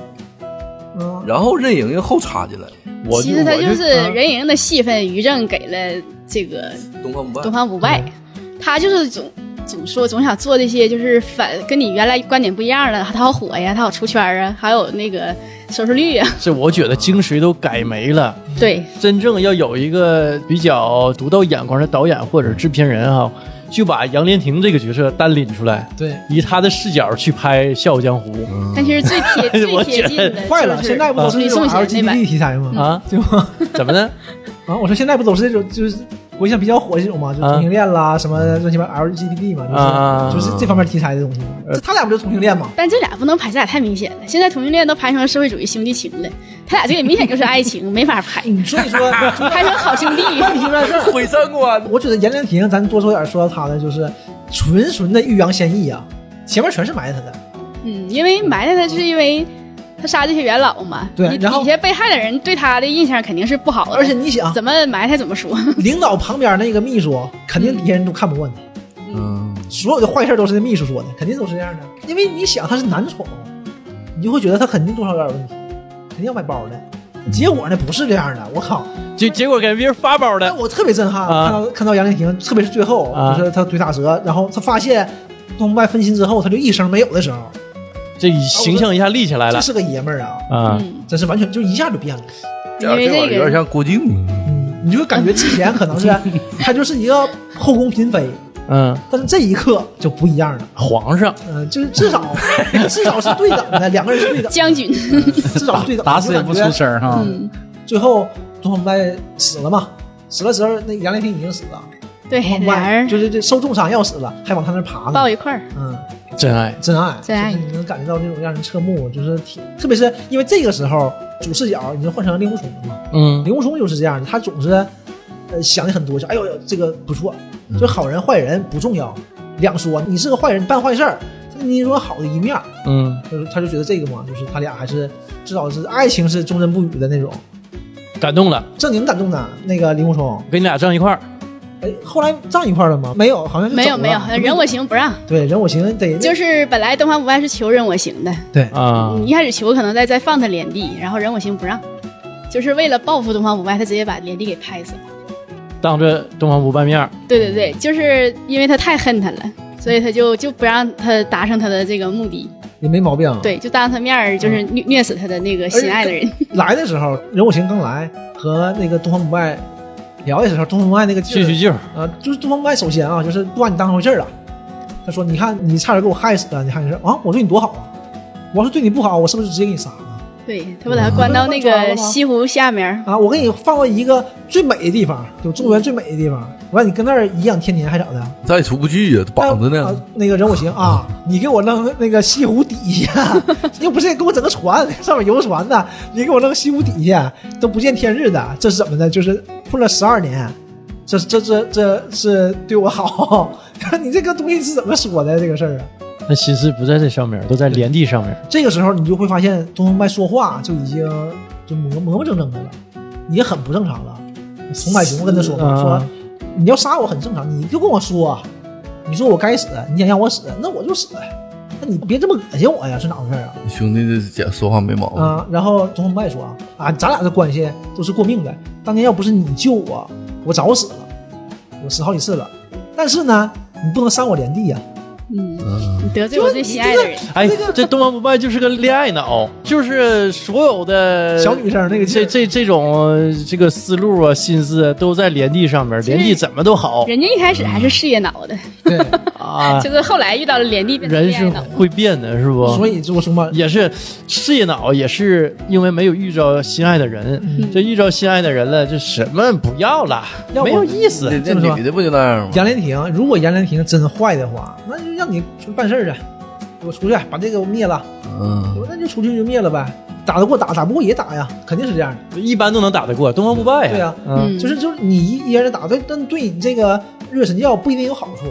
嗯，然后任盈盈后插进来，我其实他我就是啊任盈的戏份，于正给了这个东方不败东方不败，他就是总总说总想做这些就是反跟你原来观点不一样的，他好火呀，他好出圈啊，还有那个收视率啊，这我觉得精髓都改没了。对，真正要有一个比较独到眼光的导演或者制片人哈、就把杨莲亭这个角色单拎出来，对，以他的视角去拍《笑傲江湖》嗯但其 实最贴我最觉得贴近的坏了，就是现在不都是吕这种颂贤那嗯版 LGBT 题材吗？啊？对吧？ 怎么呢？啊，我说现在不都是这种，就是国际上比较火的这种嘛，就啊同性恋啦，什么乱七八糟 LGBT 嘛，就是、啊呃就是这方面题材的东西嘛。这他俩不就是同性恋吗？但这俩不能排，这俩太明显了。现在同性恋都排成社会主义兄弟情了，他俩这个明显就是爱情，没法排，所以说，排成好兄弟。 听这事儿，毁三观， 我觉得颜良亭，咱多说点说到他的，就是纯纯的欲扬先抑啊，前面全是埋汰他的。嗯，因为埋汰他是因为他杀这些元老嘛，对你然后底下被害的人对他的印象肯定是不好的，而且你想， 怎么埋汰怎么啊嗯说。领导旁边那个秘书，肯定底下人都看不惯他，嗯，所有的坏事都是那秘书说的，肯定都是这样的。因为你想他是男宠，你就会觉得他肯定多少有点问题，肯定要买包嗯的。结果呢，不是这样的，我靠！结结果给别人发包但的，我特别震撼，啊看到看到杨丽婷，特别是最后，啊就是她腿打折，然后她发现东方不败分心之后，她就一声没有的时候，这形象一下立起来这了是个爷们儿啊，啊。嗯，真是完全就一下就变了。这因为这玩意儿有点个像郭靖，嗯，你就感觉之前 可能是他就是一个后宫嫔妃，嗯，但是这一刻就不一样了。啊皇上，嗯、就是至少至少是对等的，两个人是对等的，将军， 至少是对等的。啊打死也就不出感觉声儿啊哈。嗯，最后东方不败死了嘛？死了时候，那杨丽萍已经死了，对，东方不俩败人哦就是这受重伤要死了，还往他那儿爬抱呢。一块儿，嗯，真爱，真爱，真爱就是你能感觉到那种让人侧目，就是挺，特别是因为这个时候主视角已经换成令狐冲了嘛。嗯林狐冲就是这样的，他总是呃想的很多，就哎呦这个不错，就好嗯人坏人不重要，两说，你是个坏人，你办坏事儿，你有好的一面儿，嗯，就是他就觉得这个嘛，就是他俩还是至少是爱情是忠贞不渝的那种，感动了，正经感动的那个林狐冲，跟你俩站一块儿，哎，后来站一块儿了吗？没有，好像是没有走了没有，人我行不让，对人我行得就是本来东方不败是求人我行的，啊你一开始求可能在在放他连地，然后人我行不让，就是为了报复东方不败，他直接把连地给拍死了。当着东方不败面儿，对对对，就是因为他太恨他了，所以他就就不让他达成他的这个目的，嗯也没毛病啊。对，就当他面儿就是虐虐死他的那个心爱的人。来的时候人我行刚来和那个东方不败聊的时候，东方不败那个劲叙儿叙旧，啊，就是东方不败首先啊，就是不把你当回事儿了。他说：“你看，你差点给我害死了，你看你说啊，我对你多好啊！我要是对你不好，我是不是就直接给你杀了 对他把嗯他关到那个西湖下面儿，啊？我给你放到一个最美的地方，有中原最美的地方，完你跟那儿颐养天年还咋的？他也出不去呀，绑着啊呢。那个人我行啊，你给我扔那个西湖底下， 又不是给我整个船，上面游船呢，你给我扔西湖底下都不见天日的，这是怎么的？就是混了十二年，这这这这是对我好， 你这个东西是怎么说的这个事儿啊？那心思不在这上面，都在连地上面，这个时候你就会发现东方不败说话就已经就磨磨磨蹭蹭的了，也很不正常了。丛百雄跟他说嘛，嗯说你要杀我很正常，你就跟我说，啊你说我该死，你想让我死，那我就死，那你别这么恶心我呀，是哪回事啊？兄弟，这讲说话没毛病。啊，然后东方不败说啊啊，咱俩的关系都是过命的，当年要不是你救我，我早死了，我死好几次了。但是呢，你不能伤我连地呀、嗯，你得罪我最心爱的人，哎，这东方不败就是个恋爱脑，就是所有的小女生那个劲呃这儿这这种呃这个思路啊、心思都在连地上面，其实连地怎么都好人家一开始还是事业脑的，啊。就是后来遇到了连地，变成人恋是爱脑。嗯会变的，是不？所以就我说嘛，也是事业脑，也是因为没有遇着心爱的人，这遇着心爱的人了，这什么不要了，嗯要不没有意思那。这么那说女的不就那样吗？杨莲亭，如果杨莲亭真坏的话，那就让你出去办事儿去，给我出去把这个灭了，嗯，那就出去就灭了呗，打得过打，打不过也打呀，肯定是这样的。一般都能打得过，东方不败呀。对啊呀嗯，嗯就是就是你一一个人打，对，但对你这个日月神教不一定有好处。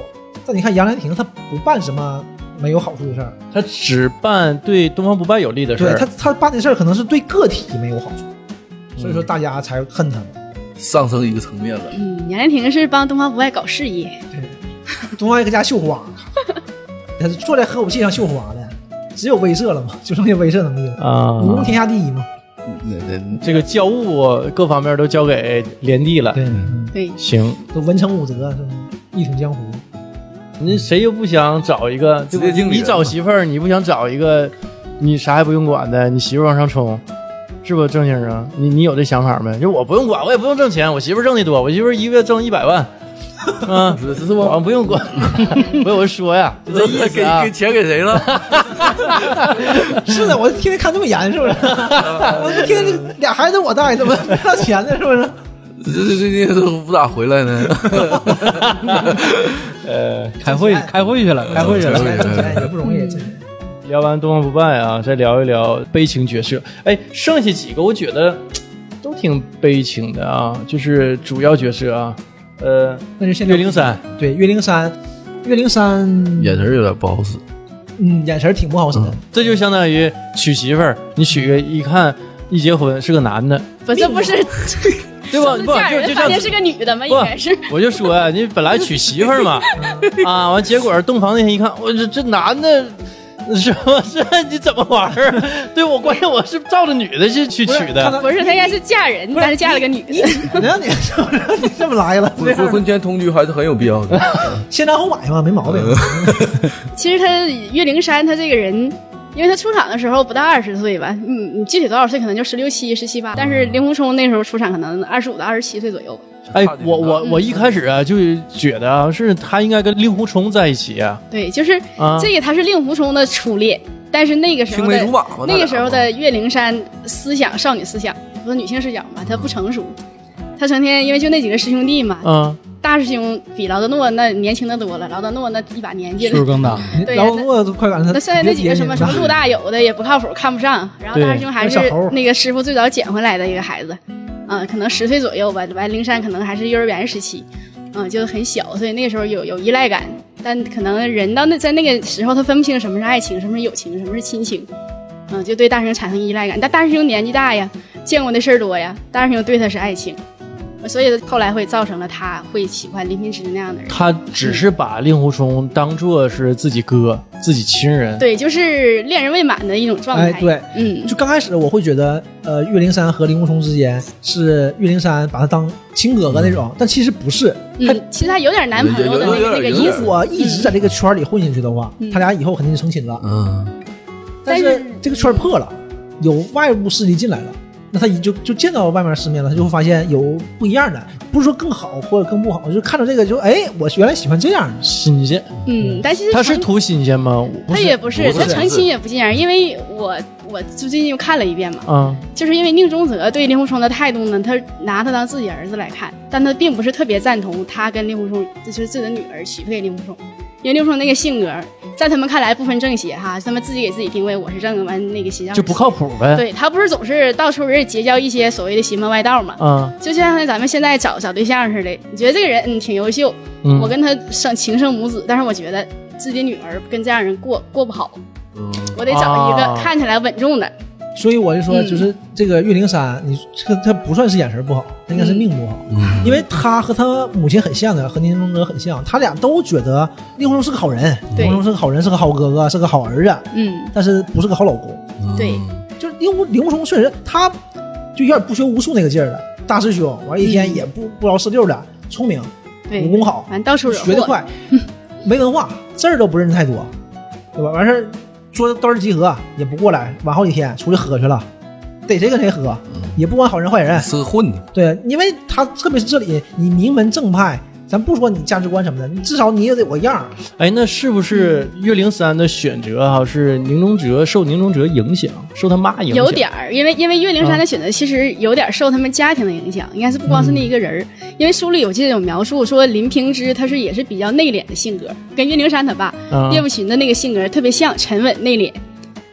但你看杨莲亭，他不办什么没有好处的事儿，他只办对东方不败有利的事对他儿。他办的事儿可能是对个体没有好处，嗯所以说大家才恨他嘛。上升一个层面了。嗯，杨莲亭是帮东方不败搞事业，嗯东方一个家绣花， 他是坐在核武器上绣花的，只有威慑了嘛，就剩下威慑能力了，啊，武功天下第一嘛。那那这个教务各方面都交给连帝了。对。对，行，都文成武德，是吧？一统江湖，那谁又不想找一个？对直不接对？经理你找媳妇儿，你不想找一个，你啥也不用管的，你媳妇儿往上冲，是不郑先生？你你有这想法没？就我不用管，我也不用挣钱，我媳妇儿挣的多，我媳妇儿一个月挣一百 万，啊，是是吗？我不用 管，不是我是说呀，就这意思啊给给。钱给谁了？是的，我天天看这么严，是不是？ 我这天天俩孩子我带，怎么 没到钱呢？是不是？ 这这最近都不咋回来呢。呃，开会开会去了，开会去挣了。钱挣哎钱也不容易，挣钱。聊完东方不败啊，再聊一聊悲情角色。哎，剩下几个我觉得都挺悲情的啊，就是主要角色啊，呃，那就现在岳灵珊，对岳灵珊，岳灵珊，眼神有点不好使。嗯，眼神挺不好使的，这就相当于娶媳妇儿，你娶个一看一结婚是个男的，不，这不是对吧？不嫁就人就发像现啊是个女的吗？应不该是， 我就说啊，你本来娶媳妇儿 嘛，啊，完结果洞房那天一看，我这这男的。是吧？ 这你怎么玩儿？啊对我关键我是照着女的去去不是娶的看，他 不是她应该是嫁人，但是嫁了个女的。你呢？你是不是？ 你这么来了，这婚婚 样婚前同居还是很有必要的。先斩后买嘛，没毛病。其实她岳灵珊她这个人，因为他出场的时候不到二十岁吧，嗯，你具体多少岁可能就十六七、十七八，但嗯是令狐冲那时候出场可能二十五到二十七岁左右吧。哎差，距我很大我我一开始啊就觉得啊，是他应该跟令狐冲在一起啊，对，就是啊这个他是令狐冲的初恋，但是那个时 青候梅竹的马嘛，那个时候他俩的岳灵珊思想少女思想，不是女性视角嘛，她不成熟，她成天因为就那几个师兄弟嘛，啊嗯，大师兄比劳德诺那年轻的多了，劳德诺那一把年纪岁数了。更大，对然后我都快赶上那他。剩下那几个什么什么陆大有的也不靠谱，看不上。然后大师兄还是那小猴那个师傅最早捡回来的一个孩子，嗯，可能十岁左右吧。完，灵山可能还是幼儿园时期，嗯，就很小，所以那个时候有有依赖感。但可能人到那在那个时候，他分不清什么是爱情，什么是友情，什么是亲情，嗯，就对大师兄产生依赖感。但大师兄年纪大呀，见过的事儿多呀，大师兄对他是爱情，所以后来会造成了他会喜欢林平之那样的人。他只是把令狐冲当做是自己哥、自己亲人。对，就是恋人未满的一种状态。哎，对，嗯，就刚开始我会觉得，呃，岳灵珊和令狐冲之间是岳灵珊把他当亲哥哥那种，但其实不是。他嗯，其实他有点男朋友的那个那个意思，我一直在这个圈里混进去的话，嗯他俩以后肯定是成亲了。嗯，但但是是这个圈破了，有外部势力进来了，那他一就就见到外面世面了，他就会发现有不一样的，不是说更好或者更不好，就是看到这个就哎，我原来喜欢这样的。新鲜，嗯，但其实他是成图新鲜吗？不他是也不是，不他是成亲也不尽然，因为我我就最近又看了一遍嘛，啊，就是因为宁中泽对令狐冲的态度呢，他拿他当自己儿子来看，但他并不是特别赞同他跟令狐冲，就是自己的女儿许配给令狐冲，因为令狐冲那个性格，在他们看来不分正邪哈，他们自己给自己定位我是正，完那个邪教就不靠谱呗。对他不是总是到处是结交一些所谓的邪门歪道嘛，啊，就像咱们现在找找对象似的，你觉得这个人嗯挺优秀，嗯我跟他生情生母子，但是我觉得自己女儿跟这样人过过不好，我得找一个啊看起来稳重的。所以我就说，嗯就是这个岳灵珊，你这个他不算是眼神不好，他应该是命不好，嗯因为他和他母亲很像的，和宁荣泽很像，他俩都觉得令狐冲是个好人，对令狐冲是个好人，是个好哥哥，是个好儿子，嗯，但是不是个好老公。对，就是令狐令狐冲确实他就有点不学无术那个劲儿了，大师兄完一天也不、不着四六的，聪明，嗯对，武功好完到处惹嗯学得祸。快，没文化，字儿都不认识太多，对吧？完事儿说到这集合也不过来，晚好几天出去喝去了，逮谁跟谁喝，也不管好人坏人。是个混的，对，因为他特别是这里，你名门正派，咱不说你价值观什么的，你至少你也得有个样儿。哎，那是不是嗯岳灵珊的选择哈、是宁荣哲受宁荣哲影响，受他妈影响？有点儿，因为因为岳灵珊的选择其实有点受他们家庭的影响，应该是不光是那一个人儿。因为书里我记得有描述说林平之他是也是比较内敛的性格，跟岳灵珊他爸啊叶不群的那个性格特别像，沉稳内敛。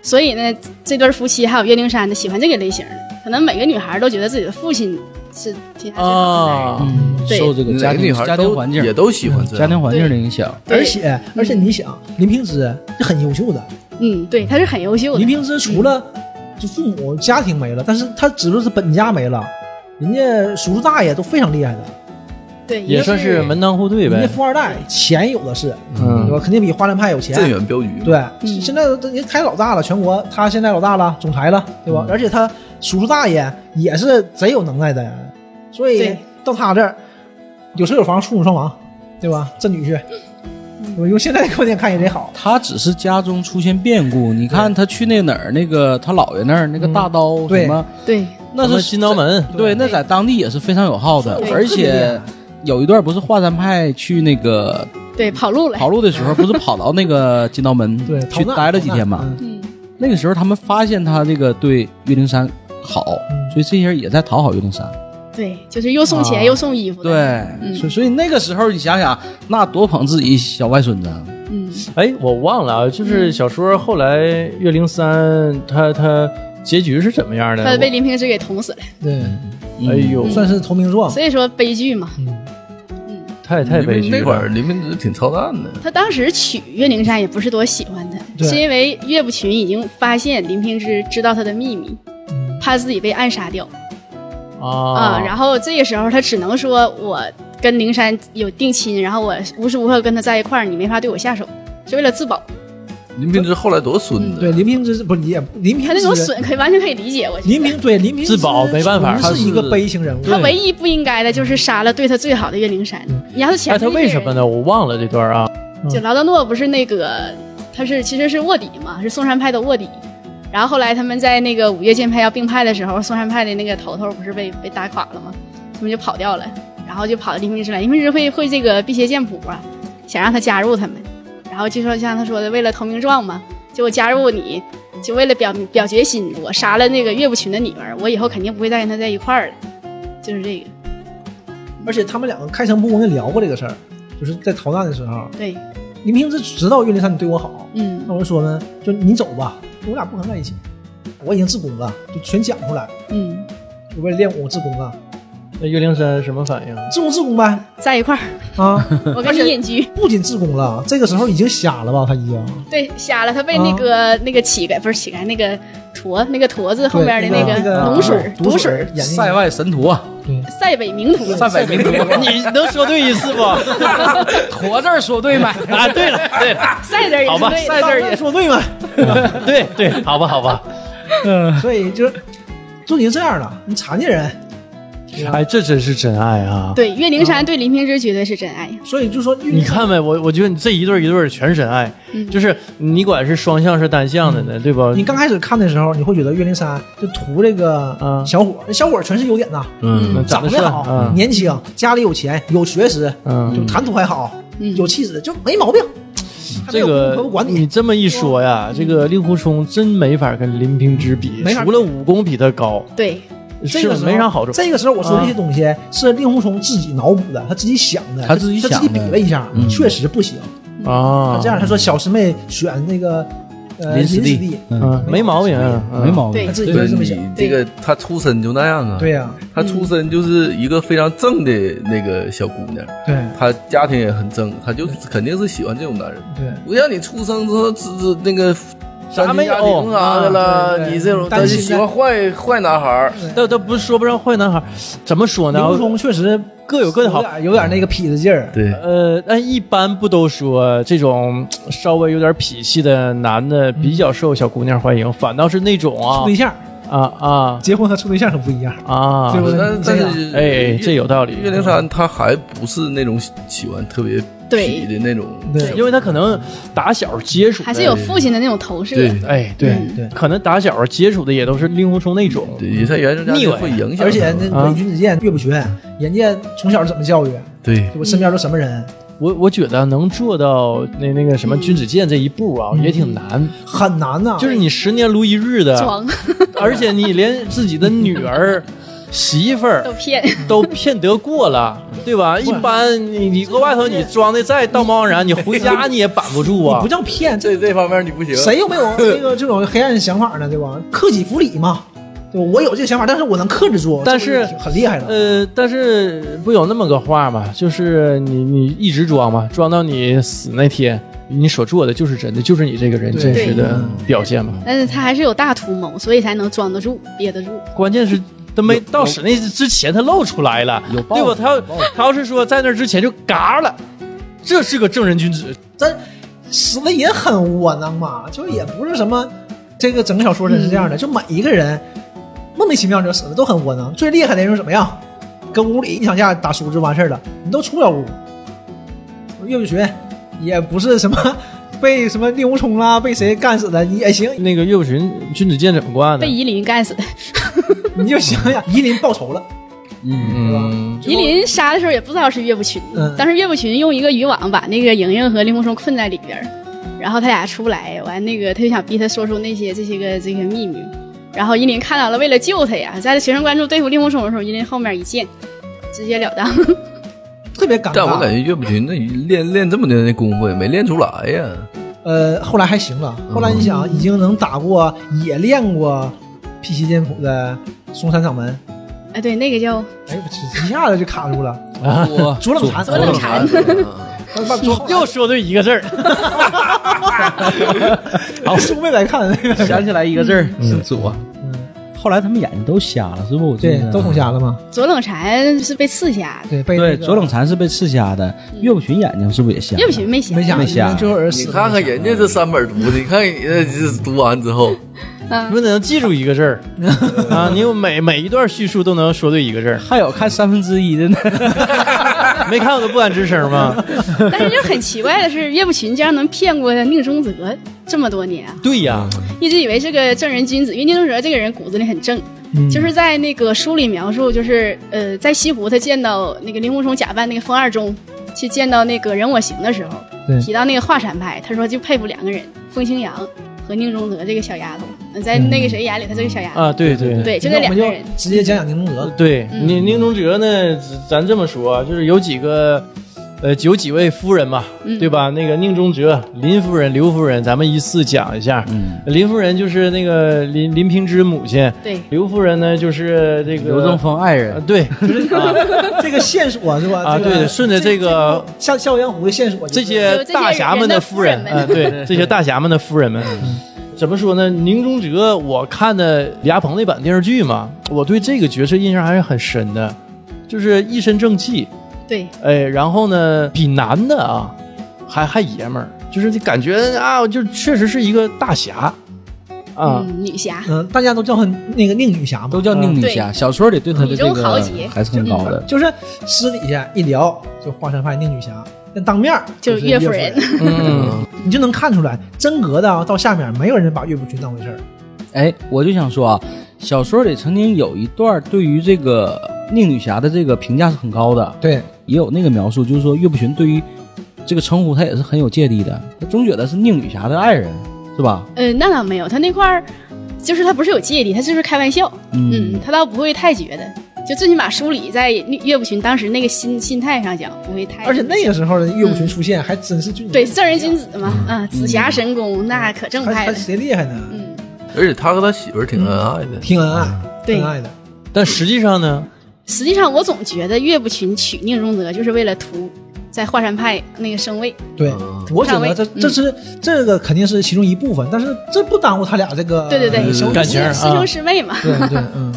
所以呢，这对夫妻还有岳灵珊呢，喜欢这个类型的。可能每个女孩都觉得自己的父亲是天下最好的男人。啊，对受这个家哪个庭女孩家庭都环境也都喜欢这家样，庭环境的影响，对而且而且你想，林平之是很优秀的，嗯，对，他是很优秀林的。嗯平之除了就父母家庭没了，但是他指不是本家没了，人家叔叔大爷都非常厉害的，对，一也个算是是门当户对人家呗。富二代，钱有的是，对嗯吧？肯定比花莲派有钱。镇远镖局，对，嗯现在都人开老大了，全国他现在老大了，总裁了，对嗯吧？而且他叔叔大爷也是贼有能耐的人，所以对到他这儿有车有房，父母双亡，对吧？这女婿，嗯我用现在的观点看也得好。他只是家中出现变故。你看他去那哪儿，那个他姥爷那儿那个大刀嗯对什么，对那什么是金刀门对，那在当地也是非常有号的对，而特别厉害且有一段不是华山派去那个对跑路了。跑路的时候，不是跑到那个金刀门 对，逃去难待了几天嘛？嗯嗯，那个时候他们发现他这个对岳灵珊好，嗯所以这些人也在讨好岳灵珊。对，就是又送钱、啊又送衣服的。对，嗯所以所以那个时候你想想，那多捧自己小外孙子啊，嗯，哎，我忘了啊，就是小说后来岳灵珊她她结局是怎么样的？他被林平之给捅死了，对，我哎呦，算是投名哦状。所以说悲剧嘛。嗯太太悲剧了。那会儿林平之挺操蛋的，他当时娶岳灵珊也不是多喜欢他，对是因为岳不群已经发现林平之知道他的秘密，嗯怕自己被暗杀掉啊哦啊。，然后这个时候他只能说我跟灵珊有定亲，然后我无时无刻跟他在一块儿，你没法对我下手，是为了自保。林平之后来多孙子，对，林平之不是也林你平看那之种，损可以完全可以理解，我觉得林平对林平之自保没办法纯是一个悲情人物。他唯一不应该的就是杀了对他最好的岳灵珊。你要是前哎，面他为什么呢？我忘了这段啊。就劳德诺不是那个他是其实是卧底嘛，是嵩山派的卧底。然后后来他们在那个五岳剑派要并派的时候，嵩山派的那个头头不是被被打垮了吗？他们就跑掉了，然后就跑到黎明之来。黎明之会会这个辟邪剑谱啊，想让他加入他们。然后就说像他说的，为了投名状嘛，就我加入你，就为了表表决心，我杀了那个岳不群的女儿，我以后肯定不会再跟他在一块儿了，就是这个。而且他们两个开诚布公的聊过这个事儿，就是在逃难的时候，对，你平时知道岳灵珊你对我好，那嗯我就说呢，就你走吧，我俩不可能在一起，我已经自宫了，就全讲出来，嗯，我为了练武我自宫了，那岳灵珊什么反应？自宫自宫呗在一块儿，啊！ 我跟你隐居。不仅自宫了，这个时候已经瞎了吧？他已经对，瞎了，他被那个、那个乞丐不是乞丐，那个驼那个驼子后面的对个那个啊龙水儿毒水水儿眼睛塞外神徒，啊塞北名徒，塞北名徒， 你能说对一次 不？啊，驼字儿说对没？对了，对了，塞这儿也好是吧对塞的这儿也说对吗？ 对对，好吧，好吧。所以就是都已经这样了，你残疾人，哎，这真是真爱啊！对，岳灵珊对林平之绝对是真爱。所以就说岳你灵珊看呗，我我觉得你这一对儿一对儿全是真爱，嗯就是你管是双向是单向的呢，对吧？你刚开始看的时候，你会觉得岳灵珊就图这个嗯小伙，那小伙全是优点呐，嗯长长得帅得好，嗯年轻，家里有钱，有学识，嗯，就谈吐还好，嗯有气质，就没毛病。还这没有个嗯婆婆管你你，这么一说呀，这个令狐冲真没法跟林平之比没，法比除了武功比他高，对，这是个吧时候没啥好处。啊这个时候我说这些东西是令狐冲自己脑补的，他自己想的，他自己他想自的己比了一下，嗯确实不行。啊他，这样他说小师妹选那个呃临临时时地地，嗯，没毛病，嗯没毛对病他。自己就对是这么想。啊你这个他出身就那样啊，对呀，他出身就是一个非常正的那个小姑娘，对她家庭也很正，她就肯定是喜欢这种男人。对。不像你出生之后，这这那个啥单没亲有家庭啥哦的啊对了，对你这种单他就亲喜欢坏坏男孩儿，嗯但但不是说不上坏男孩，怎么说呢令？狐冲确实各有各的好有。点有点那个痞子劲儿。对呃，但一般不都说这种稍微有点痞气的男的比较受小姑娘欢迎，反倒是那种处啊对象，啊啊结婚和处对象可不一样。啊对，不对但但是哎哎这有道理岳灵珊她还不是那种喜欢特别痞的那种，对因为他可能打小接触的还是有父亲的那种投射。对哎对嗯对可能打小接触的也都是令狐冲那种，对，她原生家腻庭歪会影响她，而且那啊伪君子剑岳不群，人家从小是怎么教育？对我身边都什么人？我我觉得能做到那那个什么君子剑这一步啊，也挺难，很难呐。就是你十年如一日的， 装而且你连自己的女儿、媳妇儿都骗， 都骗得过了，对吧？一般你你搁外头你装的再道貌岸然，你回家你也板不住你啊不。叫骗，这这这方面你不行，谁又没有那个这种黑暗想法呢？对吧？克己复礼嘛，对吧？我有这个想法，但是我能克制住，但是这不很厉害的。呃，但是不有那么个话嘛，就是你你一直装嘛，装到你死那天，你所做的就是真的，就是你这个人对真实的表现嘛。但是他还是有大图谋，所以才能装得住、憋得住。关键是他没到使那之前，他露出来 了，有对报吧？应他要他要是说在那之前就嘎了，这是个正人君子，但死的也很窝囊嘛，就也不是什么这个整个小说真是这样嗯的，就每一个人莫名其妙就死了，都很窝囊。最厉害的人是怎么样？跟屋里一场架打输就完事儿了，你都出不了屋。岳不群也不是什么 被什么令狐冲啦，被谁干死的也行，那个岳不群君子剑怎么挂呢被？夷陵干死的，你就想 想夷陵报仇了，对吧？嗯，夷陵杀的时候也不知道是岳不群，嗯当时岳不群用一个渔网把那个莹莹和令狐冲困在里边儿，然后他俩出不来，完那个他就想逼他说出那些这些个这些秘密，然后夷陵看到了，为了救他呀，在全神贯注对付令狐冲的时候，夷陵后面一剑，直截了当， 特别尴尬。但我感觉岳不群那练练这么多年的功夫也没练出来呀，呃，后来还行了。后来你想，已经能打过，也练过辟邪剑谱的嵩山掌门，哎，对，那个叫哎，我去，一下子就卡住了。我左冷禅，啊左冷禅把左又说对一个字儿，好兄妹来看那个，哦想起来一个字儿，是左。嗯，后来他们眼睛都瞎了，是不？我记对得，都捅。瞎了嘛，左冷禅是被刺瞎的，对，被对，左冷禅是被刺瞎的，岳不群眼睛嗯是不是也瞎？岳不群没瞎，没瞎，没瞎最后人你死了看看人家这三本读的，你看你这这读完之后，啊你们能记住一个字儿啊？你有每每一段叙述都能说对一个字儿。还有看三分之一的呢。没看我都不敢吱声 吗？但是就很奇怪的是，岳不群竟然能骗过宁中则这么多年啊！对呀，一直以为是个正人君子，因为宁中则这个人骨子里很正。嗯就是在那个书里描述，就是呃，在西湖他见到那个林狐冲假扮那个风二中，去见到那个任我行的时候对，提到那个华山派，他说就佩服两个人，风清扬和宁中则这个小丫头。呃在那个谁眼里，她是个小丫头。啊，对对对，就嗯那这我两们个就人。直接讲讲宁荣 德。对，嗯宁宁中哲呢，咱这么说啊，就是有几个，呃，有几位夫人嘛，嗯对吧？那个宁中哲、林夫人、刘夫人，咱们依次讲一下。嗯，林夫人就是那个林林平之母亲，对，刘夫人呢就是这个刘正风爱人嗯啊，对，就是啊这个线索是吧？啊，这个对的，顺着这个笑笑傲江湖的线索就这是，些就这些大侠们的夫人，人的夫人们嗯、对，这些大侠们的夫人们，怎么说呢？宁中哲，我看的李亚鹏那版电视剧嘛，我对这个角色印象还是很深的，就是一身正气，对，哎，然后呢，比男的啊还还爷们儿，就是你感觉啊，就确实是一个大侠啊，嗯，女侠，嗯，大家都叫她那个宁女侠嘛都，叫宁女侠。小说里对他的这女中豪个杰还是很高的。就是私底下一聊就华山派宁女侠，但当面儿就是岳夫夫人，嗯，你就能看出来，真格的啊，到下面没有人把岳不群当回事儿。哎，我就想说啊，小说里曾经有一段对于这个宁女侠的这个评价是很高的，对，也有那个描述，就是说岳不群对于这个称呼他也是很有芥蒂的，他总觉得是宁女侠的爱人，是吧？呃，那倒没有，他那块儿就是他不是有芥蒂，他就是开玩笑，嗯，他倒不会太觉得。就最起码书里在岳岳不群当时那个心心态上讲，不会太。而且那个时候的岳不群出现还真是就你嗯对正人君子嘛，啊，紫霞神功那可正还派还了。谁厉害呢？嗯，而且他和他媳妇儿挺恩爱的，挺恩爱，对挺恩爱的。但实际上呢，实际上我总觉得岳不群娶宁荣德就是为了图在华山派那个升位。对，我觉得这上位嗯这是这个肯定是其中一部分，但是这不耽误他俩这个对对对呃相处感情师啊师兄师妹嘛。对对，嗯，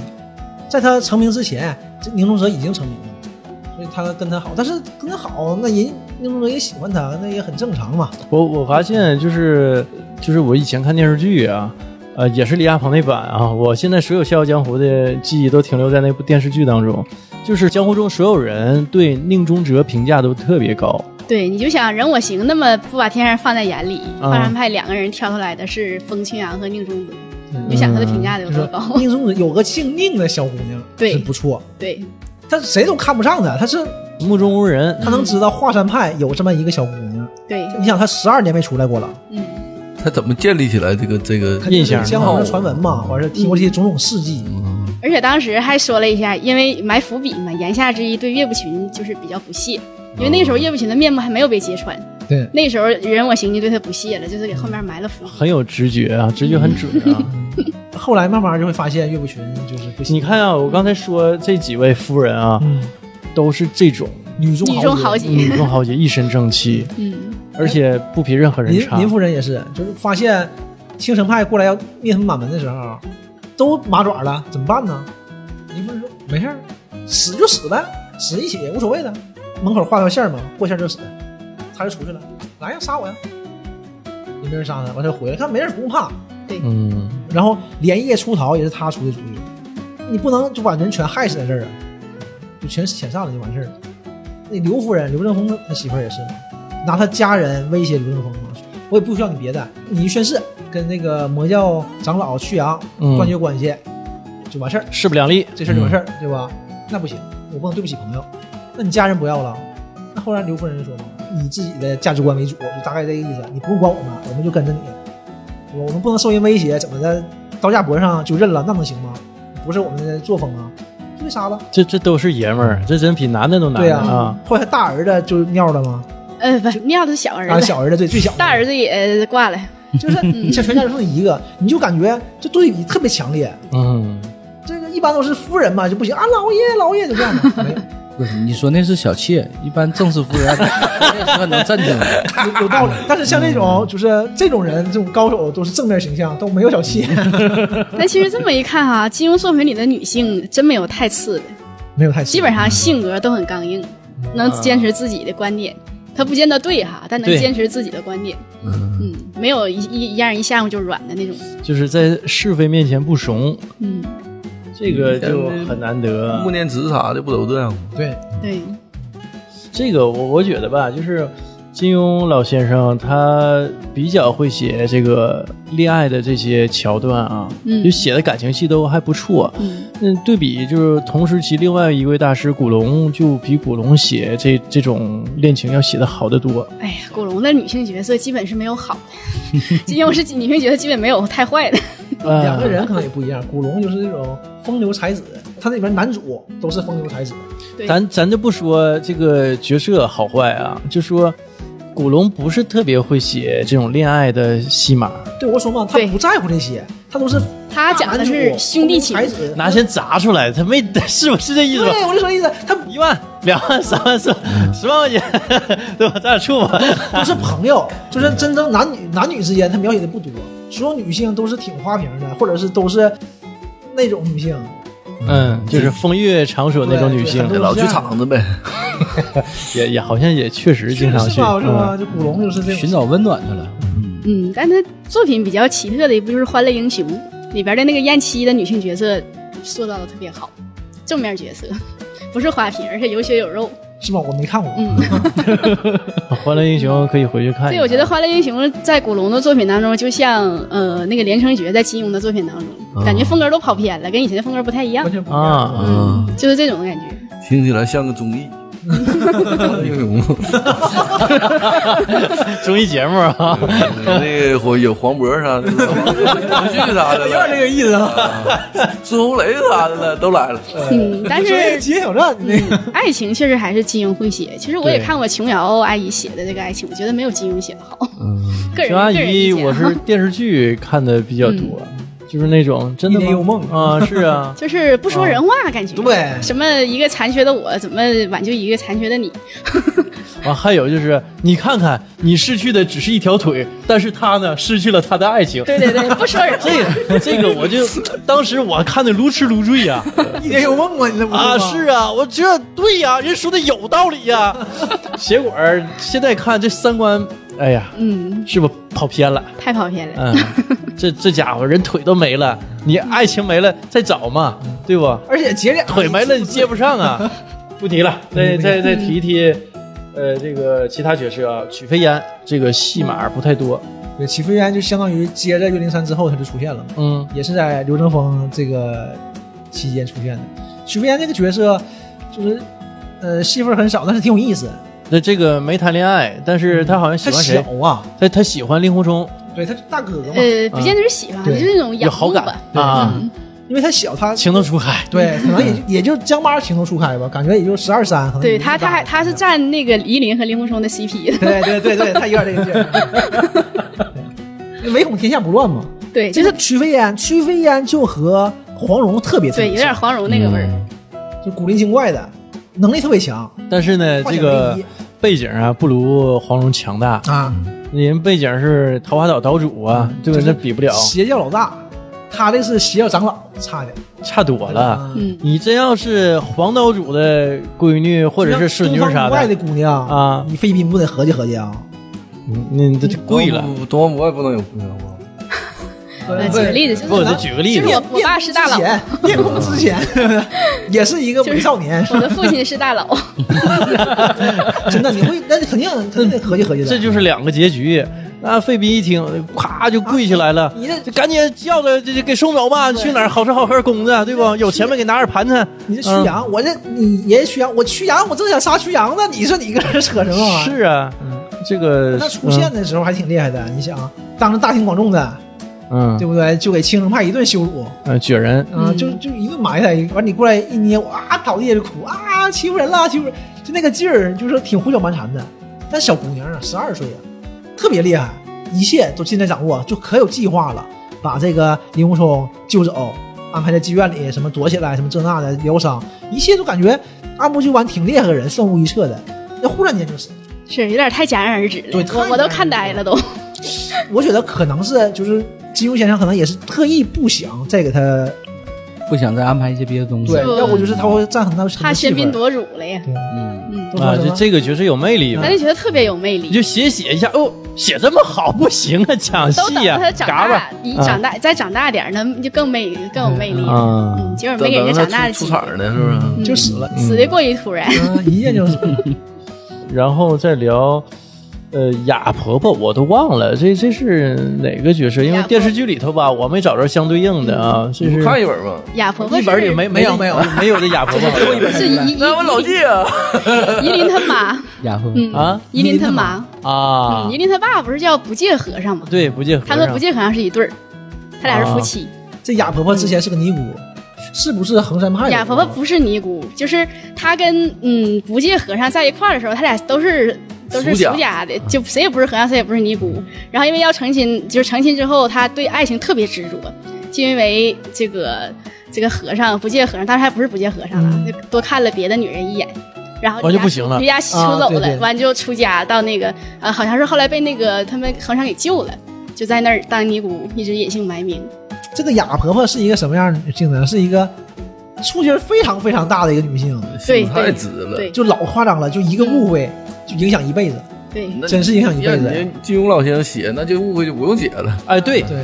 在他成名之前，这宁荣哲已经成名了，所以他跟他好，但是跟他好，那人宁荣哲也喜欢他，那也很正常嘛。我我发现就是就是我以前看电视剧啊。呃，也是李亚鹏那版啊！我现在所有《笑傲江湖》的记忆都停留在那部电视剧当中，就是江湖中所有人对宁中哲评价都特别高，对，你就想任我行那么不把天山放在眼里，啊华山派两个人挑出来的是风清啊扬和宁中泽，嗯你就想他的评价得有就多是高？宁荣哲有个姓宁的小姑娘，对是不错， 对，但谁都看不上他，他是目中无人。他嗯能知道华山派有这么一个小姑娘，对，你想他十二年没出来过了，嗯，他怎么建立起来这个这个肯定是印象嗯江湖的传闻嘛，完事儿听过这些种种事迹，而且当时还说了一下，因为埋伏笔嘛，言下之意对岳不群就是比较不屑，因为那时候岳不群的面目还没有被揭穿，对那时候任我行就对他不屑了，就是给后面埋了伏笔。很有直觉啊，直觉很准啊。嗯后来慢慢就会发现岳不群就是不行，你看啊，我刚才说这几位夫人啊，嗯，都是这种女中女中豪豪杰。杰，女中豪杰，一身正 气，嗯，而且不比任何人林差林。夫人也是，就是发现青城派过来要灭他们满门的时候，都麻爪了，怎么办呢？林夫人说没事儿，死就死呗，死一起无所谓的。门口画条线嘛，过线就死，他就出去了，来呀，杀我呀！也没人杀他，完他就回来，看没人不用怕。嗯，然后连夜出逃也是他出的主意，你不能就把人全害死在这儿啊，就全遣散了就完事儿了。那刘夫人刘正风他媳妇儿也是嘛，拿他家人威胁刘正风嘛，说我也不需要你别的，你一宣誓跟那个魔教长老曲阳嗯断绝关系、就完事儿，势不两立。这事儿就完事儿，对吧？那不行，我不能对不起朋友，那你家人不要了。那后来刘夫人就说嘛，以自己的价值观为主，就大概这个意思，你不用管我们，我们就跟着你，我我们不能受人威胁，怎么的，刀架脖上就认了，那能行吗？不是我们的作风啊，就被杀了。这这都是爷们儿，这真比男的都难对呀、啊！后来他大儿子就尿了嘛，呃，不，尿的是小儿啊，子，小儿子对最小的大儿子嗯也挂了。 就是你像全家就剩一个，你就感觉这对比特别强烈。嗯，这个一般都是夫人嘛就不行啊，老爷老爷就这样的，没有不是，你说那是小妾，一般正式夫人那时候能镇定的。 有有道理。但是像这种嗯就是这种人，这种高手都是正面形象，都没有小气，嗯但其实这么一看哈、金庸作品里的女性真没有太次的， 没有太气基本上性格都很刚硬，能坚持自己的观点。她不见得对哈，但能对坚持自己的观点。嗯，没有一一一让人一下午就软的那种。就是在是非面前不怂，嗯，嗯这个就很难得。啊穆念慈啥的不都这样吗？对，对，这个我我觉得吧，就是金庸老先生他比较会写这个恋爱的这些桥段啊，嗯就写的感情戏都还不错。嗯嗯，对比就是同时期另外一位大师古龙，就比古龙写这这种恋情要写的好得多。哎呀，古龙的女性角色基本是没有好的， 金庸是女性角色基本没有太坏的。啊两个人可能也不一样。古龙就是那种风流才子，他那里边男主都是风流才子，对咱咱就不说这个角色好坏啊，就说古龙不是特别会写这种恋爱的戏码，对我说嘛，他对嗯不在乎这些，他都是他讲的大男是主兄弟情风，流才子，拿钱砸出来，他没 是不是这意思吧？对，我就说意思，他一万、两万、三万、四嗯万、十万块钱， 对吧？咱俩处吧。不是 朋友，就是真正男女男女之间，他描写的不多，所有女性都是挺花瓶的，或者是都是那种女性，嗯，就是风月场所那种女性对，对老去场子呗。也也好像也确实经常是去。吧？是吧？嗯就古龙就是这寻种，找温暖去了。嗯，但他作品比较奇特的一部就是《欢乐英雄》里边的那个燕七的女性角色塑造的特别好，正面角色， 不是花瓶，而且有血有肉。是吧？我没看过，嗯，嗯欢乐英雄可以回去看一看。对，我觉得《欢乐英雄》在古龙的作品当中，就像呃那个《连城诀》在金庸的作品当中，感觉风格都跑偏了，跟以前的风格不太一样完，全不一样。啊，嗯，就是这种感觉。听起来像个综艺。英雄，综艺节目啊，那个有黄渤啥的，腾讯啥的有点了，这个意思啊，孙红雷啥的了，都来了。嗯，但所以是嗯极限挑战那个 爱情确实还是金庸会写。其实我也对看过琼瑶阿姨写的这个爱情，我觉得没有金庸写的好。 个人熊阿个人意姨，见啊，我是电视剧看的比较多，就是那种真的一吗帘幽梦啊，是啊就是不说人话，感觉对什么一个残缺的我，怎么挽救一个残缺的你？啊，还有就是你看看，你失去的只是一条腿，但是他呢，失去了他的爱情。对对对，不说人话。这个这个，我就当时我看的如痴如醉呀、一帘幽梦啊，你那不啊，吗是啊，我觉得对呀、人说的有道理呀、结果儿现在看这三观，哎呀，嗯，是不跑偏了？太跑偏了。嗯，这这家伙人腿都没了，你爱情没了再找嘛，对不？而且姐 俩腿没了你接不上啊。 不提了，再再再提一提，呃，这个其他角色啊，曲飞烟这个戏码不太多，对，齐飞燕就相当于接着岳灵珊之后，他就出现了嘛，嗯也是在刘正风这个期间出现的。许飞燕这个角色就是，呃，戏份很少，但是挺有意思。那这个没谈恋爱，但是他好像喜他欢小谁？啊，他他喜欢令狐冲，对，他是大哥哥嘛，呃，不见得是喜欢，嗯对就是那种有仰好慕感吧。啊，因为他小，他情窦初开。对，可能也就也就江巴情窦初开吧，感觉也就十二三，可能对也就他，大他还了他是占那个夷陵和令狐冲的 CP 的。对对对对，他有点这个劲儿。 对唯恐天下不乱嘛，对，这 就是个曲飞燕，曲飞燕就和黄蓉特别特别对，有点像黄蓉那个味儿。就古灵精怪的，能力特别强但是呢，幻这想个第一背景啊不如黄蓉强大，啊，嗯人背景是桃花岛岛主啊，对吧？就是这比不了，邪教老大，他这是邪教长老，差点差多了。嗯嗯，你真要是黄岛主的闺女或者是孙女东方啥不败的的，姑娘啊你菲宾不得合计合计啊？你这就贵了不。不不东方不败不能有姑娘吗？嗯呃，举个例子，不，我就是就我举个例其子实练，我爸是大佬练功之前，练功之前 也是一个美少年，我的父亲是大佬。真的，你会那肯定肯定得合计合计的。这就是两个结局。那费斌一听，咵就跪下来了，你这就赶紧叫着这这给送走吧，去哪儿好吃好喝供着，对不？有钱没给拿点盘缠。你这曲嗯阳，我这你爷爷曲阳，我曲阳，我正想杀曲阳呢，你说你搁这扯什么玩意儿？是啊，嗯这个那出现的时候还挺厉害的，你想啊，当着大庭广众的，嗯，对嗯不对？就给青城派一顿羞辱，呃，撅人，啊，嗯就就一顿埋汰，完你过来一捏，哇，倒地就哭啊，欺负人了，欺负人，就那个劲儿，就是挺胡搅蛮缠的。但小姑娘啊，十二岁啊，特别厉害，一切都尽在掌握，就可有计划了，把这个林狐冲救走，安排在妓院里，什么躲起来，什么这那的疗伤，一切都感觉按部就班，挺厉害的人，算无一策的。那忽然间就死了，是有点太戛然而止了对，太我我都戛然看呆了都。我觉得可能是就是金庸先生可能也是特意不想再给他嗯不想再安排一些别的东西。对，嗯要不就是他会占很大很多怕戏喧份宾。夺主了呀。对，嗯，嗯，哎都说啊，什就么这个角色有魅力嘛他，就觉得特别有魅你力。就写写一下哦，写这么好不行啊，抢都等戏呀、他长嘎大巴，你啊长大再长大点儿，那就更魅更有魅力了。啊嗯，，结果等没给人家等长大他的出机出会场，呢，是不是？啊就死了。死的过于突然。嗯，一见就是。然后再聊。呃，哑婆婆我都忘了，这这是哪个角色？因为哑婆电视剧里头吧，我没找着相对应的啊。这你是不看一本吗？哑婆婆一本里没没有没有没有这哑婆婆，是夷那我老夷纪啊，夷陵他妈，雅夫，嗯啊夷陵他妈，啊嗯，夷陵他爸不是叫不戒和尚吗？对，不戒和他尚，和不戒和尚是一对儿，他俩是夫妻。这哑婆婆之前是个尼姑，是不是衡山派的？啊哑婆婆不是尼姑，就是她跟嗯不戒和尚在一块儿的时候，他俩都是都是俗家俗家的，就谁也不是和尚，谁也不是尼姑。然后因为要成亲，就是成亲之后，她对爱情特别执着，就因为这个这个和尚不戒和尚，当时还不是不戒和尚了，就多看了别的女人一眼。然后哦就不行了离家出走啊对对了，完就出家到那个呃，好像是后来被那个他们和尚给救了，就在那儿当尼姑，一直隐姓埋名。这个哑婆婆是一个什么样的女性呢？是一个触觉非常非常大的一个女性，对心太直了。对就老夸张了，就一个误会就影响一辈子，对，那真是影响一辈让子。你金庸老先生写，那就误会就不用解了。哎，对，对，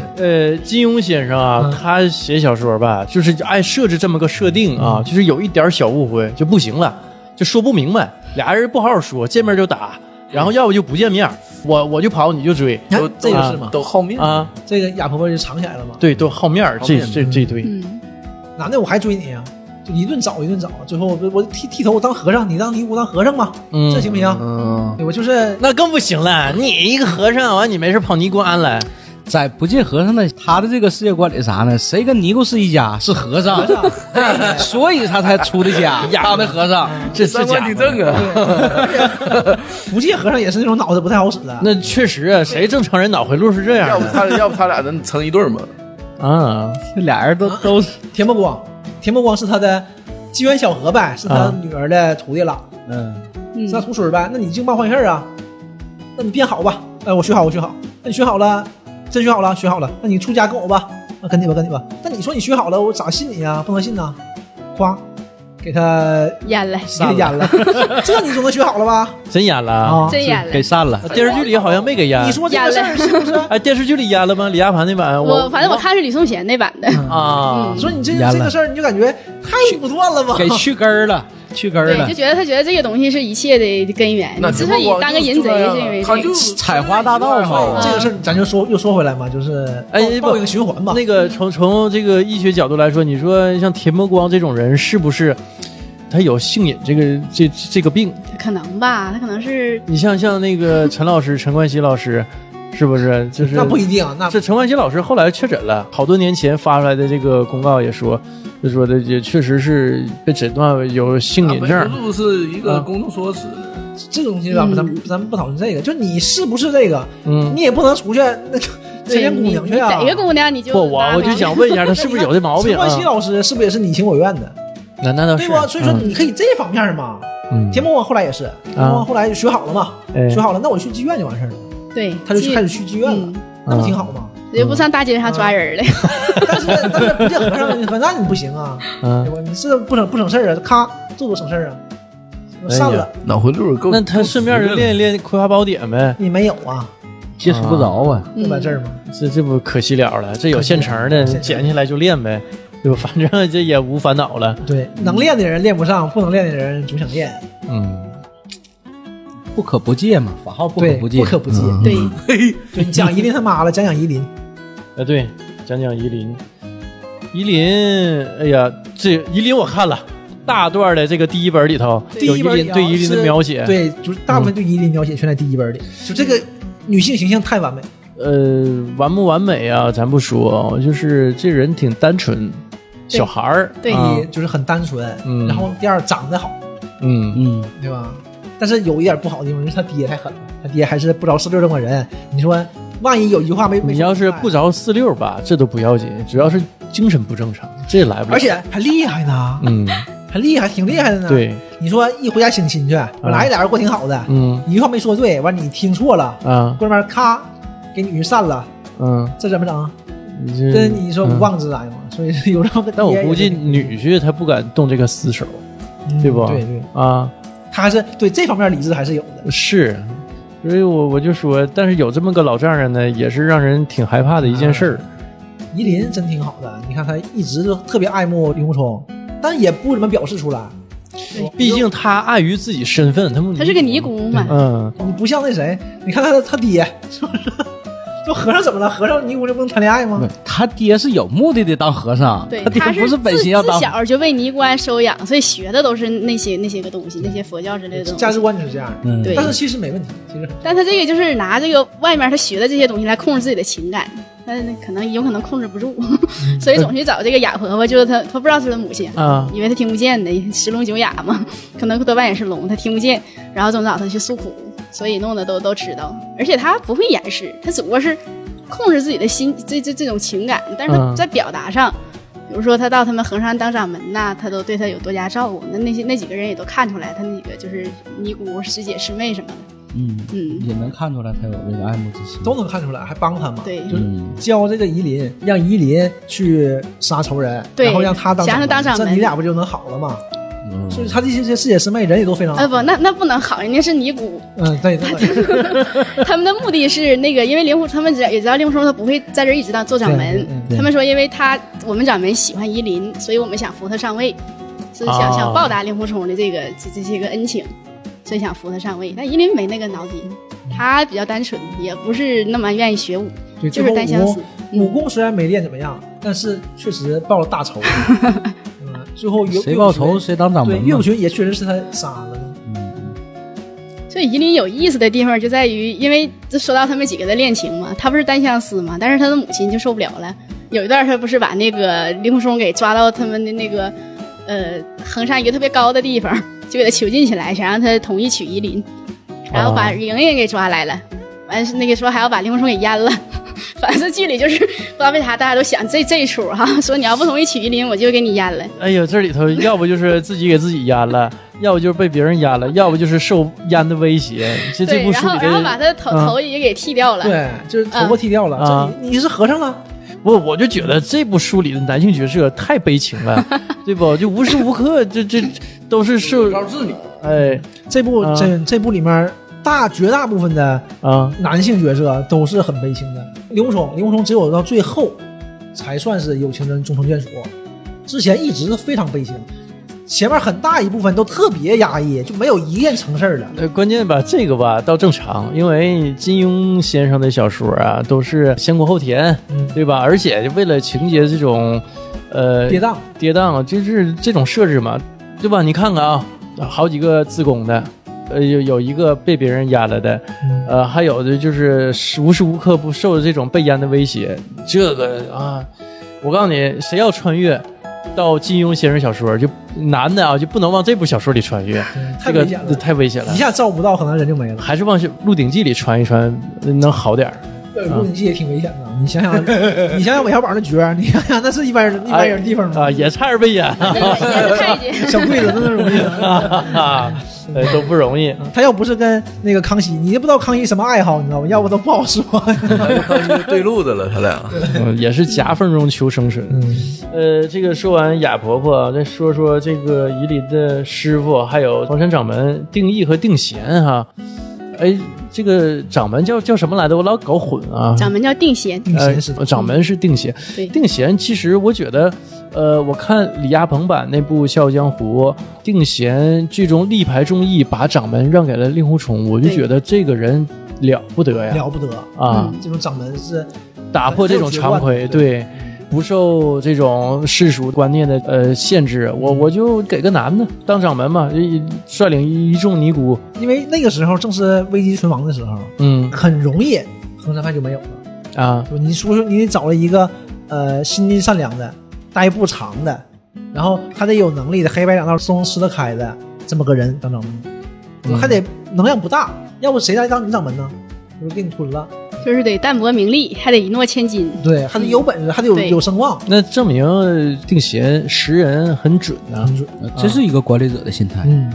呃，金庸先生啊，嗯他写小说吧，就是爱设置这么个设定啊，就是有一点小误会就不行了，就说不明白，俩人不好好说，见面就打，然后要不就不见面，我我就跑，你就啊追你看都这个是嘛？都好面，啊，这个哑婆婆就藏起来了嘛。对，都好面儿，好这面这这一堆，嗯，男的我还追你啊，就一顿找一顿找，最后我我剃剃头我当和尚，你当尼姑当和尚吧，嗯这行不行？嗯，对我就是那更不行了，你一个和尚完，你没事跑尼姑庵来，在不戒和尚的他的这个世界观里啥呢？谁跟尼姑是一家？是和尚， 所以他才出的家，当的和尚。这三是观假挺的。正啊。不戒和尚也是那种脑子不太好使的。那确实啊，谁正常人脑回路是这要样不的他要不他俩能成一对儿吗？啊？这俩人都都是，田伯光，田伯光是他的机缘巧合呗，是他啊女儿的徒弟了，嗯，嗯是他徒孙儿呗。那你净办坏事儿啊？那你变好吧？哎，我学好，我学好。那你学好了，真学好了，学好了。那你出家跟我吧，啊，跟你吧，跟你吧。那你说你学好了，我咋信你啊呀？不能信呐！夸，给他淹了，给他淹了， 这你总能学好了吧？真演了啊啊！真淹了。给散了。电视剧里好像没给演你，说这个事儿是不是？哎，电视剧里演了吗？李亚鹏那版，我反正我看是李颂贤那版的，啊嗯你 说你这淹了这个事儿，你就感觉太武断了吧？给去根儿了，去根儿对，了就。觉得他觉得这个东西是一切的根源。那哎你之所以当个淫贼，是因为他这就个。采花大盗嘛 这个事儿，咱就说又说回来嘛，就是哎不报报应循环嘛。那个从从这个医学角度来说，你说像田伯光这种人是不是他有性瘾这个这这个病？可能吧，他可能是你像像那个陈老师陈冠希老师，是不是就是那不一定，啊那这陈冠希老师后来确诊了，好多年前发出来的这个公告也说，就说的也确实是被诊断为有性瘾啊症。本土是一个啊公众说辞，这种东西吧，嗯咱们咱们不讨论这个，就你是不是这个，嗯，你也不能出去那个对这些姑你娘你去啊。逮个姑娘你就不，我拉我就拢想问一下，他是不是有这毛病陈啊冠？希老师是不是也是你情我愿的，那那倒是对不？所以说你可以这方面嘛。嗯啊田伯光后来也是，田伯光后来学好了嘛，哎学好了，那我去妓院就完事儿了，对，他就去开始始去妓院了，嗯那不啊挺好吗？也不上大街上抓人了。但是但是不见和尚，你说那你不行啊，对嗯，吧？你这不省不省事儿啊，咔做做省事儿啊，我哎呀上了脑回路够。那他顺便就够直练的一练《葵花宝典》呗。你没有啊，接触不着嗯啊。嗯就完事儿吗？这这不可惜了了，这有现成的，可惜了捡起来就练呗，对吧？反正这也无烦恼了。对，能练的人练不上，不能练的人总想练，嗯，不可不戒嘛，法号不可对，不戒，不可不戒。嗯嗯对，对你讲夷陵他妈了，讲讲夷陵，啊对，讲讲夷陵，夷陵，哎呀，这夷陵我看了大段的这个第一本里头第有一夷本陵对夷陵的描写，，嗯对，就是大部分对夷陵描写全在第一本里，就这个女性形象太完美，呃，完不完美啊？咱不说，就是这人挺单纯，对小孩儿，对啊第一就是很单纯，嗯然后第二长得好，嗯，嗯，对吧？但是有一点不好的地方，就是他爹太狠了，他爹还是不着四六这么个人。你说，万一有一句话没没，你要是不，着四六吧，这都不要紧，主要是精神不正常，这来不了。而，且啊还厉害呢，嗯，还厉害，挺厉害的呢。，对，你说一回家省亲去，本来俩人过挺好的，嗯一句话没说对，完你听错了，啊，过那边咔给女人散了，嗯。这怎么整？你这这你说嗯无妄之灾嘛，所以说有这么个爹但也我是。估计女婿他不敢动这个死手嗯对不对对，啊，他还是对这方面理智还是有的。是，所以我我就说，但是有这么个老丈人呢，也是让人挺害怕的一件事儿。嗯夷陵真挺好的，你看他一直就特别爱慕林狐冲，但也不怎么表示出来，毕竟他碍于自己身份，他们他是个尼姑嘛，嗯，你不像那谁，你看他的他爹是不是？ 就和尚怎么了？和尚尼姑就不能谈恋爱吗？他爹是有目的的当和尚，对，他他爹不自本心要自当。小就被尼姑庵收养，所以学的都是那些那些个东西，那些佛教之类的价东值西。观就是这样的，嗯对但是其实没问题，其实但他这个就是拿这个外面他学的这些东西来控制自己的情感，但是可能有可能控制不住，所以总去找这个哑婆婆，就是他他不知道是他母亲，嗯啊，以为他听不见的， 十聋九哑嘛，可能多半也是聋，他听不见，然后总找他去诉苦，所以弄得都都知道，而且他不会掩饰，他只不过是控制自己的心，这这这种情感，但是他嗯在表达上，比如说他到他们衡山当掌门呐，他都对他有多加照顾，那那些那几个人也都看出来，他那几个就是尼姑、师姐、师妹什么的，嗯，嗯，也能看出来他有这个爱慕之心。都能看出来，还帮他嘛。对就是嗯教这个夷陵，让夷陵去杀仇人，对然后让他当想让他当掌这门你俩不就能好了吗？嗯所以他这些师姐师妹人也都非常好啊。不，那那不能好，人家是 尼姑，嗯， 对对对，他们的目的是那个，因为令狐他们知也知道令狐冲他不会在这儿一直当做掌对门嗯，对他们说因为他我们掌门喜欢夷陵，所以我们想扶他上位，是想、啊哦想报答令狐冲的这个这这些个恩情，所以想扶他上位。但夷陵没那个脑筋，他比较单纯，也不是那么愿意学武，对，最就是后单相武思嗯功。武功虽然没练怎么样，但是确实报了大 仇。嗯，最后岳谁报仇？谁当掌对，门嗯岳嘛不。群也确实是他杀了的。所以夷陵有意思的地方就在于，因为这说到他们几个的恋情嘛，他不是单相思嘛，但是他的母亲就受不了了。有一段他不是把那个令狐冲给抓到他们的那个呃衡山一个特别高的地方，就给他囚禁起来，想让他同意娶夷陵，哦然后把莹莹给抓来了，完是那个说还要把令狐冲给阉了。反正剧里就是不知道为啥大家都想这这一出哈、说你要不同意娶夷陵，我就给你阉了。哎呀，这里头要不就是自己给自己阉 了，要不就是被别人阉了，要不就是受阉的威胁。这这对，部然书后里然后把的，他头、嗯头也给剃掉了。对，就是头嗯发剃掉了。啊这你你是和尚了？我我就觉得这部书里的男性角色太悲情了， 对不？就无时无刻这这都是受告诉你，哎这部啊这这部里面大绝大部分的啊男性角色都是很悲情的。令狐冲，令狐冲只有到最后才算是有情人终成眷属，之前一直非常悲情，前面很大一部分都特别压抑，就没有一件成事儿的。呃，关键吧，这个吧倒正常，因为金庸先生的小说啊都是先苦后甜，嗯，对吧？而且为了情节这种，呃，跌宕，跌宕啊，就是这种设置嘛，对吧？你看看啊，好几个自宫的，呃，有有一个被别人压了的，嗯呃，还有的就是时无时无刻不受这种被淹的威胁。这个啊，我告诉你，谁要穿越到金庸先生小说，就男的啊，就不能往这部小说里穿越， 这太个危险了，太危险了一。下照不到，可能人就没了。还是往《鹿鼎记》里穿一穿，能好点儿。对，录影机也挺危险的。你 想想，你想想韦小宝那角儿，你想想那是一般人一般人地方吗啊，？也差点 被淹那个阉了太监。小柜子那容易吗。 啊，呃，都不容易。他要不是跟那个康熙，你也不知道康熙什么爱好，你知道吗？要不都不好说。对路子了，他俩。嗯，也是夹缝中求生 存。呃，这个说完哑婆婆，再说说这个夷陵的师傅，还有黄山掌门定义和定贤哈。哎，这个掌门叫叫什么来着？我老搞混啊。掌门叫定贤，定呃贤是，嗯掌门是定贤。对定贤其实我觉得，呃，我看李亚鹏版那部《笑傲江湖》，定贤最终力排众议，把掌门让给了令狐冲，我就对觉得这个人了不得呀！了不得，啊，这种掌门是打破这种常规，很自由对，不受这种世俗观念的呃限制，我我就给个男的当掌门嘛，一率领一众尼姑，因为那个时候正是危机存亡的时候，嗯很容易衡山派就没有了。啊，就你说说，你得找了一个呃心地善良的、待不长的，然后还得有能力的、黑白两道都能吃得开的这么个人当掌门，嗯还得能量不大，要不谁来当你掌门呢？就是给你吞了。就是得淡泊名利，还得一诺千金。对，还得有本事，还得有对有声望。那证明呃定贤识人很准啊，嗯这是一个管理者的心态，嗯，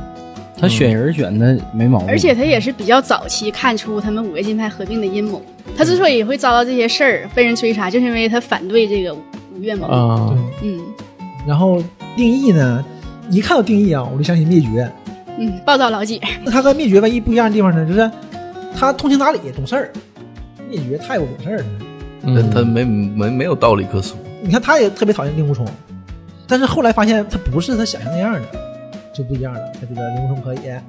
他选人选的没毛病。而且他也是比较早期看出他们五个金派合并的阴谋。他之所以会遭到这些事儿，被人追杀，就是因为他反对这个五岳盟。啊，嗯然后定义呢，一看到定义啊，我就想起灭绝。嗯，暴躁老姐，那他跟灭绝唯一不一样的地方呢，就是他通情达理，懂事儿。灭绝太不懂事儿了。他他嗯，没没没有道理可说，你看，他也特别讨厌令狐冲，但是后来发现他不是他想象那样的，就就不一样了。他觉得刘永生可以，哎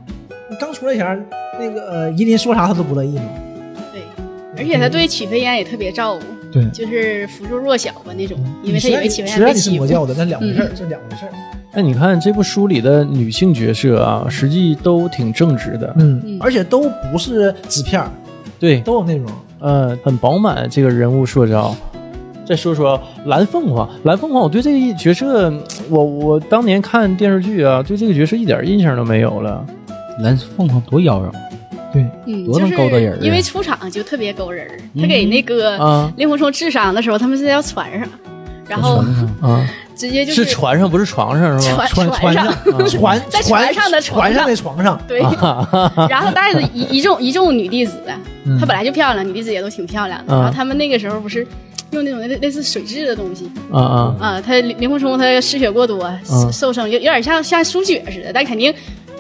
刚出来前那个呃夷林说啥他都不乐意嘛。对，而且他对曲飞燕也特别照顾，对就是扶助弱小吧那种，因为他以为曲飞虽燕被然你是欺魔负。嗯教的，但两回事儿，这两回事儿。那你看这部书里的女性角色啊，实际都挺正直的，嗯嗯，而且都不是纸片儿，对，都有内容。呃，很饱满这个人物塑造。再说说蓝凤凰，蓝凤凰，我对这个角色，嗯我我当年看电视剧啊，对这个角色一点印象都没有了。蓝凤凰多妖娆，啊嗯，多能就是勾搭人儿啊因为出场就特别勾人儿。他给那个啊令狐冲治伤的时候，他们是要船上，然后床上啊，直接就是船上不是床上是吗？船船船上上，船在船上船的床上上的床上， 对，然后带着一一众一众女弟子，她本来就漂亮，女弟子也都挺漂亮的。嗯然后他们那个时候不是用那种类类似水蛭的东西啊啊啊，他林狐冲他失血过多嗯受伤，有有点像像输血似的，但肯定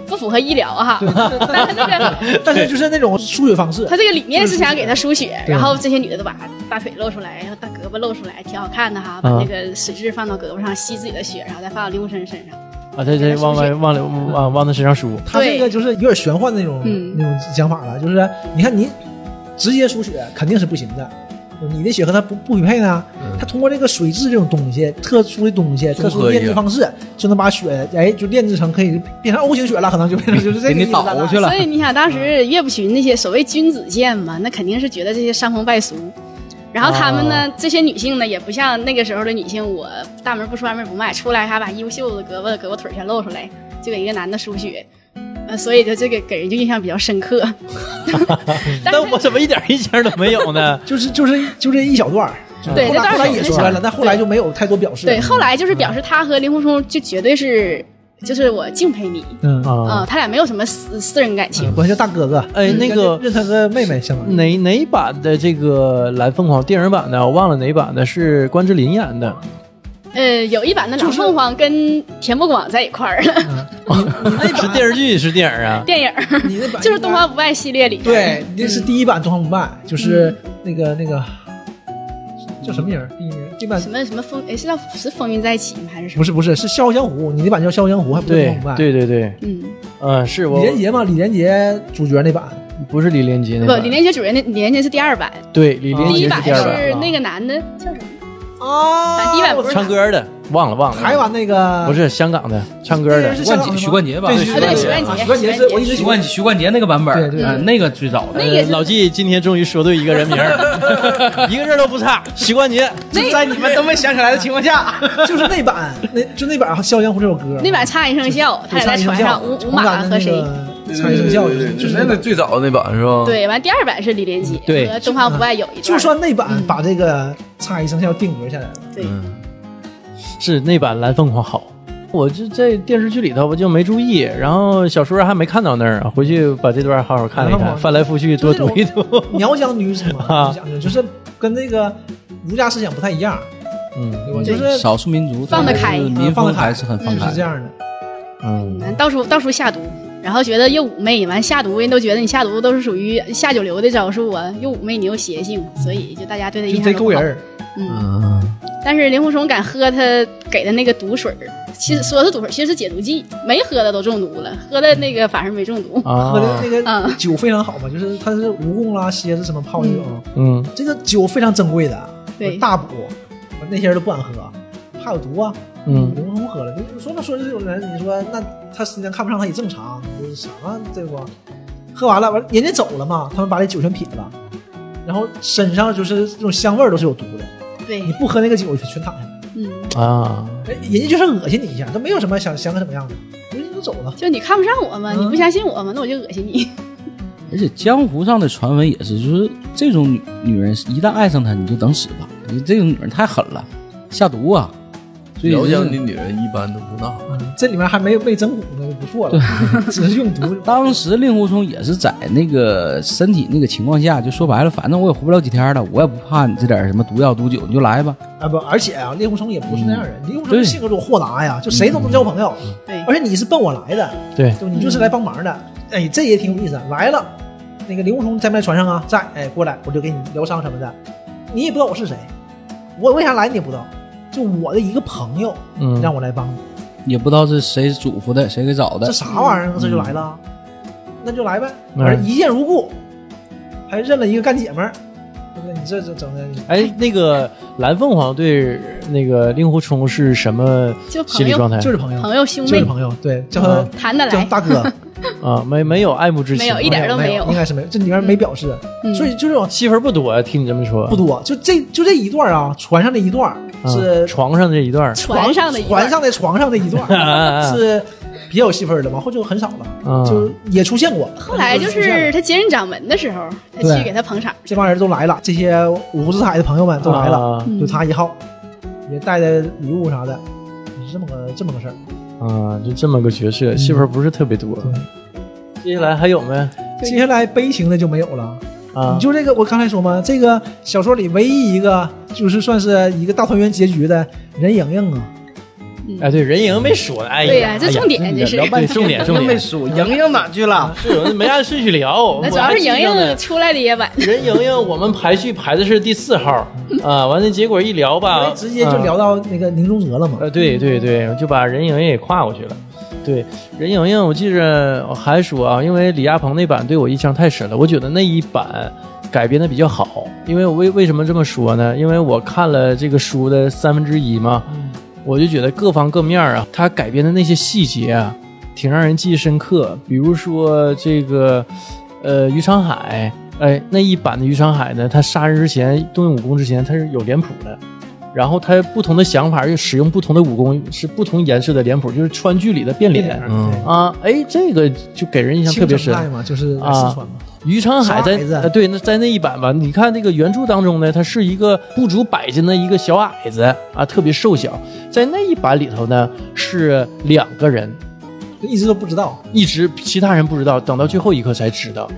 不符合医疗啊哈。但他那个但是就是那种输血方式 他，这个理念是想给他输血，对然后这些女的都把大腿露出来，然后大胳膊露出来，挺好看的哈。把嗯那个水蛭放到胳膊上吸自己的血，然后再放到林狐冲身上。啊！这这往外往里往往他身上输，他这个就是有点玄幻那种嗯那种讲法了，就是你看你直接输血肯定是不行的。你的血和它不不匹配呢，嗯它通过这个水质这种东西，特殊的东西，特殊的炼制方式，就能把血哎就炼制成可以变成 O 型血了，可能就变成就是这个给你意思了倒过去了所。以你想，当时岳不群那些所谓君子剑嘛，那肯定是觉得这些伤风败俗。然后他们呢，这些女性呢，也不像那个时候的女性，我大门不出二门不迈，出来还把衣服袖子、胳膊、胳膊腿儿全露出来，就给一个男的输血。呃，所以就这个给人就印象比较深刻。 但但是我怎么一点印象都没有呢？ 就是就是就这一小段儿，对后这来段后儿来有也那出小来了，但后来就没有太多表示。对，后来就是表示他和令狐冲就绝对是，就是我敬佩你嗯，啊、啊，他俩没有什么私私人感情。管他叫大哥哥，哎，那个认他个妹妹相当于。哪哪版的这个蓝凤凰电影版的，我忘了哪版的，是关之琳演的。呃，有一版的蓝凤凰跟田伯广在一块儿了，是电视剧是电影啊？电影儿你那版 就是《东方不败》系列里面。对，那是第一版《东方不败》，就是那个那个叫什么名儿？第一名这版什么什么风，哎，是叫是风云再起吗？还是什不么？是不是是《笑傲江湖》，你那版叫《笑傲江湖》，还不是《东对方不败》？，对对对，嗯，嗯，是我李连杰嘛，李连杰主角那版，不是李连杰那不，版李连杰主任那李连杰是第二版，对李连第一杰版第二版是啊那个男的叫什么？啊第一版不是唱歌的，忘了忘了，台湾那个不是香港的唱歌的是徐香冠港的杰，徐吗冠杰吧，对啊对，许冠啊杰，许冠杰是我一直徐 冠徐冠杰那个版本对对儿，啊那个最早那的。个也是呃老纪今天终于说对一个人名儿，一个字儿都不差，膝关节。那在你们都没想起来的情况下，就是那版，那就那版《笑傲江湖》这首歌，那版差一声笑，他俩在船上，五五马和谁？产生效应，就就是是那那个。个最早的那版是吧？，对，完第二版是李连杰对和东方不败有一段，就算那嗯版把这个差一生效定格下来了，对，是那版蓝凤凰好。我就在电视剧里头我就没注意，然后小说还没看到那儿，回去把这段好好看一蓝凤看，凰翻来覆去多读一读。 苗疆女子嘛，啊就讲究就是跟那个儒家思想不太一样， 嗯对吧？就是少数民族放得开但是啊民放得风开还是很就放是开这的。样的。嗯，完到处到处下毒。然后觉得又妩媚，完下毒人都觉得你下毒都是属于下九流的招数啊，又妩贼，你又邪性，所以就大家对他就印贼象都勾不人好。儿，嗯，嗯，但是令狐冲敢喝他给的那个毒水儿，其嗯实说是毒水儿，其实是解毒剂，没喝的都中毒了，喝的那个反而没中毒。啊喝的那个嗯酒非常好嘛，就是它是蜈蚣啦、蝎子什么泡这种，嗯，这个酒非常珍贵的，对大补，那些人都不敢喝，怕有毒啊。嗯刘通喝了，你说那说这种人，你说那他时间看不上他也正常，你说啥这不？喝完了，完了人家走了嘛，他们把这酒全撇了，然后身上就是这种香味儿都是有毒的，对你，不喝那个酒全躺下了，嗯，啊，人人家就是恶心你一下，都没有什么想想怎么样的，人家都走了。就你看不上我嘛，嗯你不相信我嘛，那我就恶心你。 而且江湖上的传闻也是，就是这种女女人一旦爱上他，你就等死吧。你这种女人太狠了，下毒啊！所以苗疆的就是女人一般都不那啥，嗯，这里面还没有被整蛊呢，就不错了，只是用毒。当时令狐冲也是在那个身体那个情况下，就说白了，反正我也活不了几天了，我也不怕你这点什么毒药毒酒，你就来吧。啊不，而且啊，令狐冲也不是那样人，令狐冲对性格就豁达呀，就谁都能交朋友，对，而且你是奔我来的，嗯对，就你就是来帮忙的，哎，这也挺有意思。来了，那个令狐冲在不在船上啊？在，哎，过来，我就给你疗伤什么的，你也不知道我是谁，我为啥来你也不知道，就我的一个朋友嗯，让我来帮你，也不知道是谁嘱咐的，谁给找的这。啥玩意儿啊？这就来了，那就来呗，嗯反正一见如故，还认了一个干姐们儿。对不对？你这这整的，哎，那个蓝凤凰对那个令狐冲是什么就心朋理状友、态就是朋友，朋友、兄就是妹嗯朋友，对，叫他谈得叫来，大哥，啊？没没有爱慕之情，没有一点 都没没有应该是没有，这里面没表示，嗯所以就这种戏份不多呀。听你这么说，不多，就这就这一段啊，船上的一段啊是床上这一段儿，船上的一段船上的床上的一段是比较有戏份的，往后就很少嗯了，就也出现过。后来就出现是了他接任掌门的时候，他对去给他捧场，这帮人都来了，这些五湖四海的朋友们都来了，啊嗯就他一号，也带着礼物啥的，是这么个这么个事儿。啊，就这么个角色，戏份不是特别多。接下来还有没对接下来悲情的就没有了。啊你？就这个，我刚才说嘛，这个小说里唯一一个就是算是一个大团圆结局的任盈盈啊，哎，对，人莹没说呢。哎对呀这重点哎呀这是聊半天重点重真没点，数，莹莹哪去啊了？是我们没按顺序聊。那主要是我莹还记着呢莹出来的也啊晚，任盈盈，我们排序排的是第四号啊。完了，结果一聊因吧啊为，直接就聊到那个宁中哲了嘛。呃，对对对，就把任盈盈也跨过去了。对任盈盈，我记着我还说啊，因为李亚鹏那版对我印象太深了，我觉得那一版改编的比较好。因为我为为什么这么说呢？因为我看了这个书的三分之一嘛，我就觉得各方各面儿啊，他改编的那些细节啊，挺让人记忆深刻。比如说这个，呃，于长海，哎，那一版的于长海呢，他杀人之前动用武功之前，他是有脸谱的。然后他不同的想法又使用不同的武功，是不同颜色的脸谱，就是川剧里的变脸嗯啊。哎，这个就给人印象特别深清。城派嘛，就是啊四川嘛，于长海在小矮子呃对那在那一版吧，你看那个原著当中呢，他是一个不足百斤的一个小矮子啊，特别瘦小。在那一版里头呢，是两个人，就一直都不知道。一直其他人不知道，等到最后一刻才知道。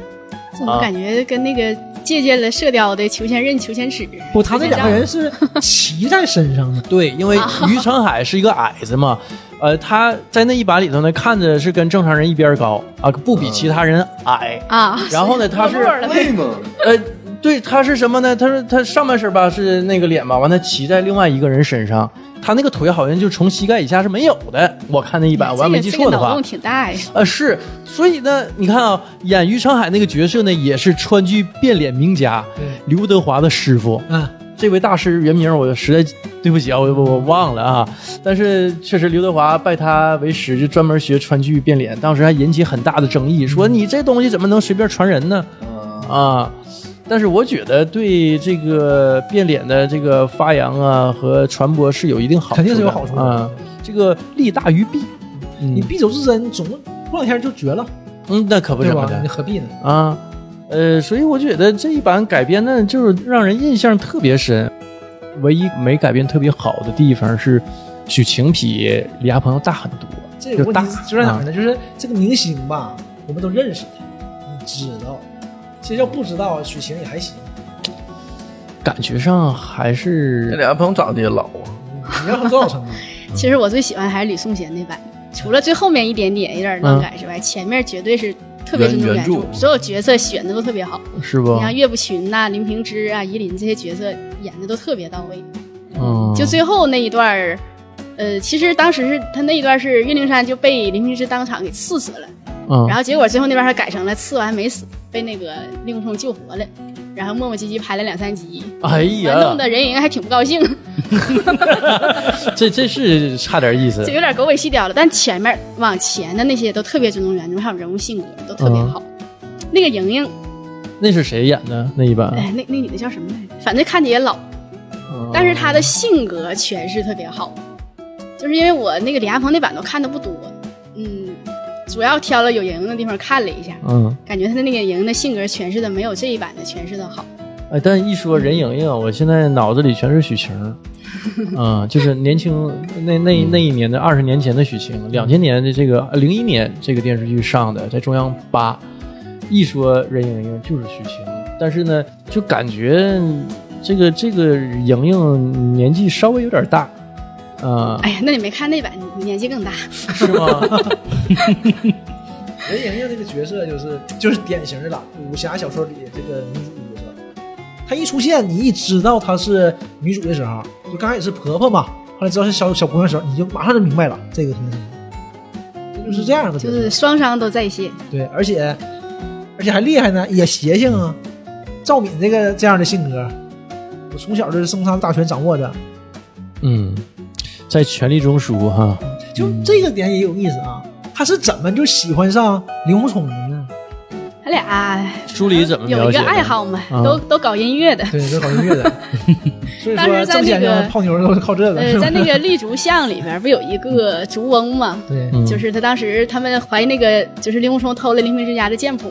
怎么感觉跟那个借鉴了《射雕》的裘千仞、裘千尺？不，他这两 个人是骑在身上的，对，因啊为于长海是一个矮子嘛，呃，他在那一版里头呢，看着是跟正常人一边高啊，不比其他人矮。啊，然 后呢，他是落寞了呗累吗？呃，对，他是什么呢？他说他上半身吧是那个脸吧，完他骑在另外一个人身上，他那个腿好像就从膝盖以下是没有的。我看那一版，我要没记错的这个脑话洞，挺大呀，呃是，所以呢，你看啊，演于长海那个角色呢，也是川剧变脸名家刘德华的师傅。嗯，这位大师原名我实在对不起啊，我我我忘了啊。但是确实刘德华拜他为师，就专门学川剧变脸，当时还引起很大的争议，嗯说你这东西怎么能随便传人呢？啊，但是我觉得对这个变脸的这个发扬啊和传播是有一定好处的， 肯定是有好处的啊。这个利大于弊，你嗯敝帚自珍，总过两天就绝了，嗯，那可不对怎么吧？的你。何必呢？啊，呃，所以我觉得这一版改编的就是让人印象特别深。唯一没改编特别好的地方是，许晴比李亚鹏要大很多。这个就问大啊题就在哪儿呢？就是这个明星吧，我们都认识他，你知道。其实要不知道，许晴也还行。感觉上还这是俩朋友长得也老啊，嗯你让他多少成啊？嗯其实我最喜欢还是李颂贤那版，除了最后面一点点嗯有点乱改之外，前面绝对是特别尊重原原著原，著所有角色选的都特别好。是你不？像岳不群呐、林平之啊、夷陵这些角色演的都特别到位。嗯，就最后那一段儿，呃，其实当时是他那一段是岳灵珊就被林平之当场给刺死了，嗯然后结果最后那边还改成了刺完没死，被那个令狐冲救活了。然后磨磨唧唧拍了两三集，哎呀弄得任盈盈还挺不高兴，这这是差点意思就。有点狗尾续貂了。但前面往前的那些都特别尊重原著，还有人物性格都特别好。那个莹莹，那是谁演的那一版？哎，那那女的叫什么来着？反正看着也老，嗯但是她的性格诠释特别好。就是因为我那个李亚鹏那版都看的不多，嗯，主要挑了有莹莹的地方看了一下，嗯，感觉她的那个莹莹的性格诠释的没有这一版的诠释的好。哎，但一说任盈盈，我现在脑子里全是许晴，嗯，就是年轻那那那一年的二十年前的许晴，两千年的这个零一年这个电视剧上的，在中央八，一说任盈盈就是许晴，但是呢，就感觉这个这个盈盈年纪稍微有点大，啊、哎呀，那你没看那版，你年纪更大。是吗？任盈盈这个角色就是就是典型的了，武侠小说里这个女主角色，她一出现，你一知道她是女主的时候，就刚开始是婆婆嘛，后来知道是小小姑娘的时候，你就马上就明白了，这个可能是这就是这样的角就色，是双商都在线，对，而且而且还厉害呢，也邪性啊。赵敏这个这样的性格，我从小就是生杀大权掌握着，嗯，在权力中枢哈，就嗯这个点也有意思啊。他是怎么就喜欢上林狐冲的呢？他俩书里怎么有描一写个的？爱好嘛，啊都都搞音乐的。对，这搞音乐的， 所以当时说在郑那先个生泡妞都是靠这个，呃是，吧在那个立竹巷里面不有一个竹翁嘛， 对，嗯就是他当时他们怀疑那个就是令狐冲偷了林平之家的剑谱，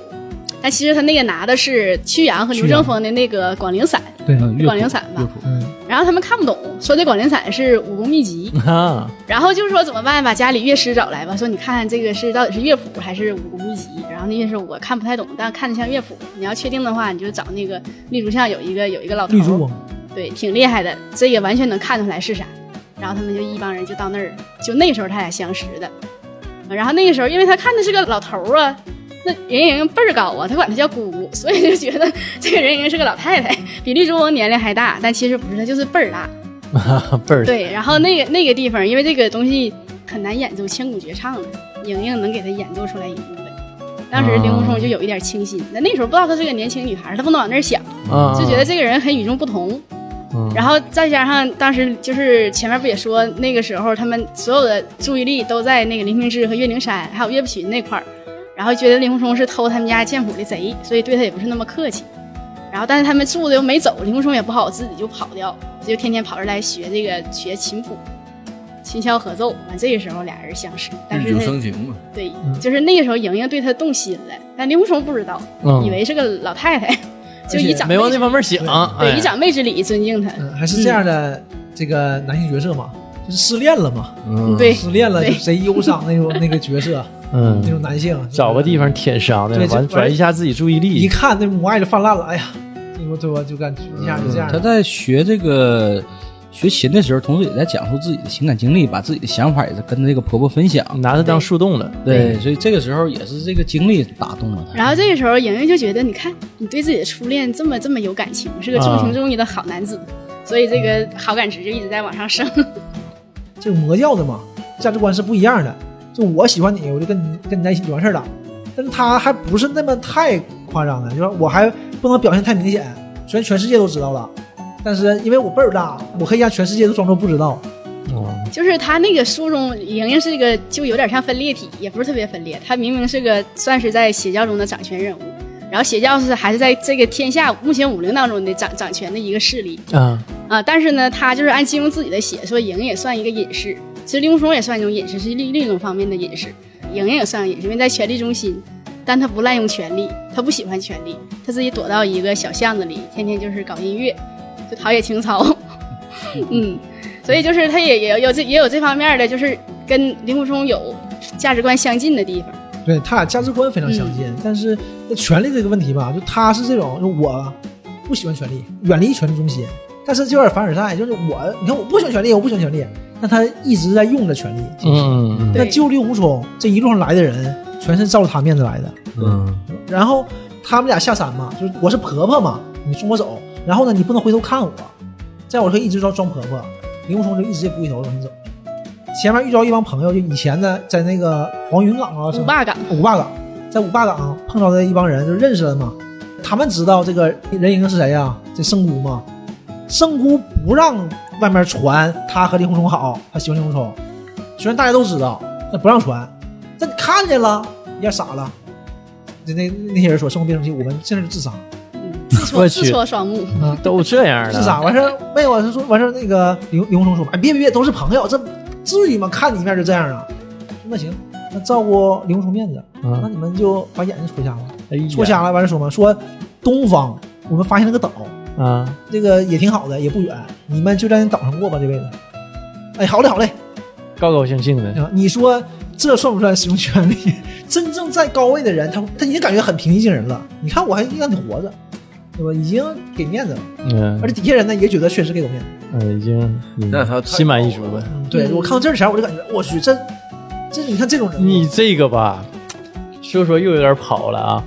但其实他那个拿的是曲阳和牛正风的那个广陵散，对，啊广陵散吧。嗯，然后他们看不懂，说这广陵散是武功秘籍，啊，然后就说怎么办，把家里乐师找来吧，说你看这个是到底是乐谱还是武功秘籍。然后那乐师我看不太懂，但看着像乐谱。你要确定的话，你就找那个立竹巷有一个有一个老头儿绿珠翁，对，挺厉害的，这也完全能看出来是啥。然后他们就一帮人就到那儿，就那时候他俩相识的。然后那个时候，因为他看的是个老头儿啊，那任盈盈倍儿高啊，他管他叫姑姑，所以就觉得 这个任盈盈是个老太太，比绿珠翁年龄还大，但其实不是，她就是倍儿大。 倍儿对，然后那个那个地方，因为这个东西很难演奏千古绝唱的，莹莹能给他演奏出来一部分。当时啊林狐冲就有一点清新，那、那时候不知道她是个年轻女孩，她不能往那儿想，啊，就觉得这个人很与众不同。嗯然后再加上当时就是前面不也说那个时候他们所有的注意力都在那个林平之和岳灵珊还有岳不群那块儿，然后觉得林鸿冲是偷他们家剑谱的贼，所以对他也不是那么客气。然后但是他们住的又没走，林鸿冲也不好自己就跑掉，就天天跑着来学这个学琴谱。琴箫合奏，完这个时候俩人相识，但日是久他生情嘛。对，就是那个时候莹莹对他动心了，但林鸿冲不知道，嗯以为是个老太太，就以长辈没往那之方面想，对哎以长辈之礼尊敬他，嗯，还是这样的这个男性角色嘛，就是失恋了嘛，嗯，对，失恋了对就谁忧伤 那种那个角色，那嗯，种男性，找个地方舔伤的对，就完转移一下自己注意一力，看那母爱就泛滥了，哎呀，这不对吧？就感觉一下就这样嗯他了，在学这个学琴的时候，同时也在讲述自己的情感经历，把自己的想法也是跟这个婆婆分享。拿它当树洞了。嗯对，所以这个时候也是这个经历打动了他。然后这个时候，莹莹就觉得，你看你对自己的初恋这么这么有感情，是个重情重义的好男子，所以这个好感值就一直在往上升。这个魔教的嘛，价值观是不一样的。就我喜欢你，我就跟你跟你在一起就完事儿了。但是他还不是那么太夸张的，就是我还不能表现太明显，虽然全世界都知道了，但是因为我辈儿大，我可以让全世界都装作不知道。哦就是他那个书中，莹莹是一个就有点像分裂体，也不是特别分裂，她明明是个算是在邪教中的掌权人物。然后邪教是还是在这个天下目前武林当中的掌掌权的一个势力啊，啊、但是呢，他就是按金庸自己的写说，莹莹也算一个隐士，其实令狐冲也算一种隐士，是另另一种方面的隐士。莹莹也算隐士，因为在权力中心，但他不滥用权力，他不喜欢权力，他自己躲到一个小巷子里，天天就是搞音乐，就陶冶情操。 嗯，所以就是他也也有这也有这方面的，就是跟令狐冲有价值观相近的地方。对他俩价值观非常相近，但是那权力这个问题吧，就他是这种，就我不喜欢权力，远离权力中心，但是就有点凡尔赛，就是我，你看我不喜欢权力，我不喜欢权力，但他一直在用着权力。嗯嗯那对就令狐冲这一路上来的人，全是照着他面子来的。嗯，然后他们俩下山嘛，就是我是婆婆嘛，你送我走，然后呢，你不能回头看我，在我这一直装装婆婆，林狐冲就一直也不回头往前走。前面遇着一帮朋友，就以前呢，在那个黄云岗啊，什五么霸港，五霸岗，在五霸岗碰到的一帮人就认识了嘛。他们知道这个任盈是谁呀、这圣姑嘛。圣姑不让外面传她和令狐冲好，她喜欢令狐冲，虽然大家都知道，但不让传。但你看见了，一下傻了。那那那些人说，圣姑别生气，我们现在就自杀，嗯自我戳去自戳双目，嗯都这样自的，杀。完事儿没有，完事儿说完事儿那个令令狐冲说，哎别别别，都是朋友，这至于吗？看你一面就这样啊？那行，那照顾令狐冲面子，那嗯你们就把眼睛戳瞎了。哎呀戳瞎了，完了说嘛，说东方我们发现了个岛，啊，这个也挺好的，也不远，你们就在那岛上过吧这辈子。哎，好嘞好嘞，高高兴兴的，啊你说这算不算使用权利？ 真正在高位的人，他他已经感觉很平易近人了。你看我还让你活着，对吧？已经给面子了，嗯而且底下人呢也觉得确实给我面子。嗯，已经那他嗯太心满意足了。嗯，对我看到这前我就感觉我去嗯这这你看这种人物，你这个吧，说说又有点跑了啊。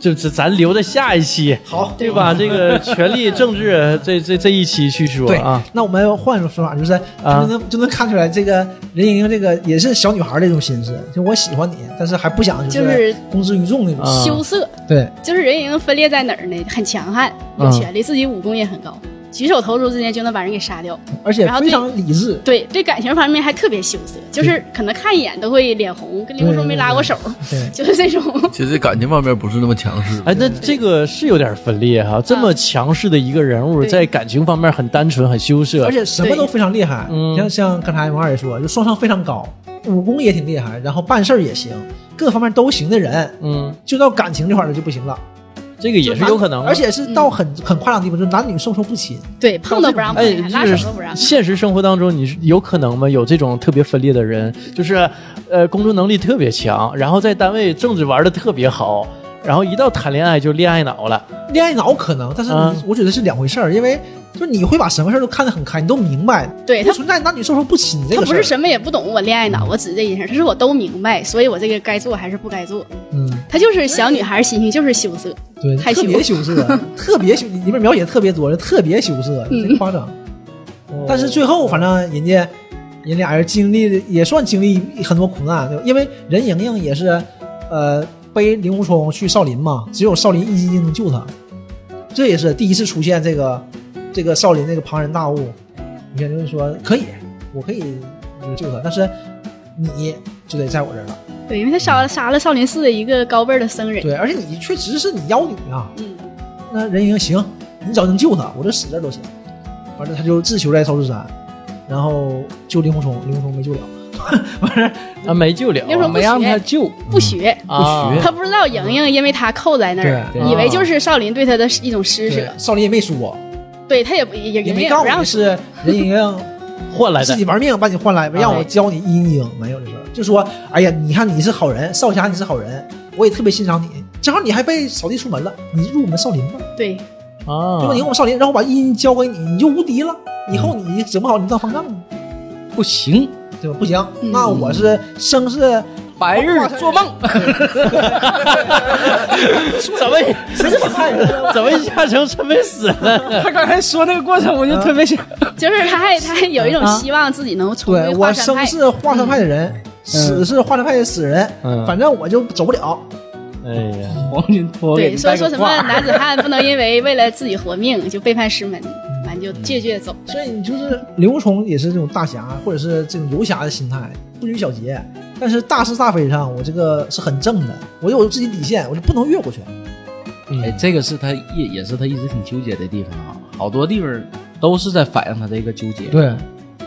这这咱留着下一期，好，对吧？这个权力政治这这这一期去说对啊，，那我们换一种说法，就是就啊能就能看出来，这个任盈盈这个也是小女孩的一种心思，就我喜欢你，但是还不想就是是公之于众那种。啊羞涩，对，就是人已经分裂在哪儿呢？很强悍，有嗯权力，自己武功也很高，举手投足之间就能把人给杀掉。而且然后非对常理智，对，对感情方面还特别羞涩，就是可能看一眼都会脸红，跟刘叔没拉过手，对，就是 这种。其实感情方面不是那么强势。哎，那这个是有点分裂哈、这么强势的一个人物，对在感情方面很单纯、很羞涩，而且什么都非常厉害。嗯像像刚才王二也说，就双商非常高，武功也挺厉害，然后办事儿也行，各方面都行的人，嗯，就到感情这块儿了就不行了，这个也是就男有可能的。而且是到很很夸张的地步，就是男女授受不亲。对，碰都不让碰，哎，拉就手是都不让。现实生活当中，你是有可能吗？有这种特别分裂的人，就是呃，工作能力特别强，然后在单位政治玩的特别好，然后一到谈恋爱就恋爱脑了。恋爱脑可能，但是你嗯我觉得是两回事儿，因为就是你会把什么事儿都看得很开，你都明白，对不哎他存在男女授受不亲这他个不事是儿。什么也不懂，我恋爱脑，我只是这件事儿，他是我都明白，所以我这个该做还是不该做。嗯，他就是小女孩心性，就是羞涩。对，害羞特别羞涩， 特别羞，你里面描写特别多，特别羞涩，真嗯夸张。但是最后，反正人家人俩人经历的也算经历很多苦难，对吧因为任盈盈也是，呃，背林狐冲去少林嘛，只有少林一击就能救他，这也是第一次出现这个这个少林这个庞然大物，你看就是说可以，我可以就是救他，但是你就得在我这儿了，对，因为他杀了杀了少林寺的一个高辈儿的僧人。对，而且你确实是你妖女啊，嗯，那任盈盈行，你只要能救他，我这死这儿都行。完了，他就自囚在烧尸山，然后救令狐冲，令狐冲没救了。完事儿啊，没救了啊，那时候没让他救，不学，嗯啊不学他不知道莹莹因为他扣在那儿，对对以为就是少林对他的一种施对舍，，少林也没说，对他也不也也莹莹没也不告诉让你是任盈盈换 来哎自的己玩命把你换来，让我教你阴影，没有这事儿。就说，哎呀，你看你是好人，少侠你是好人，我也特别欣赏你。正好你还被扫地出门了，你入我们少林吧。对啊如果你入我们少林，然后我把阴影交给你，你就无敌了。以后嗯你整不好你当方丈呢，不行，对吧？不行，嗯那我是生是白日做 梦。怎么怎么一下成陈飞死了？ 他刚才说那个过程，我就特别想，就是他还他还有一种希望自己能 重对归我华山生派，是华山派的人，死是华山派的死人，嗯反正我就走不了。哎呀， 黄金托给对，你说带说个什么话 男子汉不能因为为了自己活命就背叛师门，完就倔倔走。所以你就是刘狐冲也是这种大侠或者是这种游侠的心态，不拘小节。但是大是大非上，我这个是很正的，我有自己底线，我就不能越过去。哎，这个是他也也是他一直挺纠结的地方啊，好多地方都是在反映他这个纠结。，对，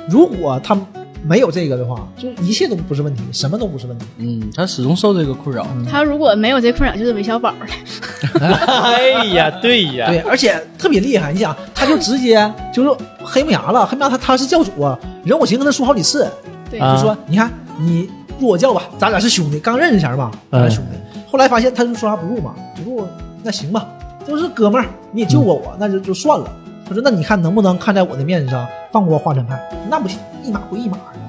如果他没有这个的话，就一切都不是问题，什么都不是问题。嗯，他始终受这个困扰。他如果没有这困扰，就是韦小宝了。 哎呀，对呀，对，而且特别厉害，你想，他就直接就是黑木崖了，黑木崖他他是教主啊，任我行跟他说好几次，对，啊就说你看你入我教吧，咱俩是兄弟，刚认识前嘛，咱嗯俩兄弟。后来发现他就说啥不入嘛，不入那行吧，都是哥们儿，你也救过我，那就就算了。他说那你看能不能看在我的面子上放过华山派？那不行，一码归一码的。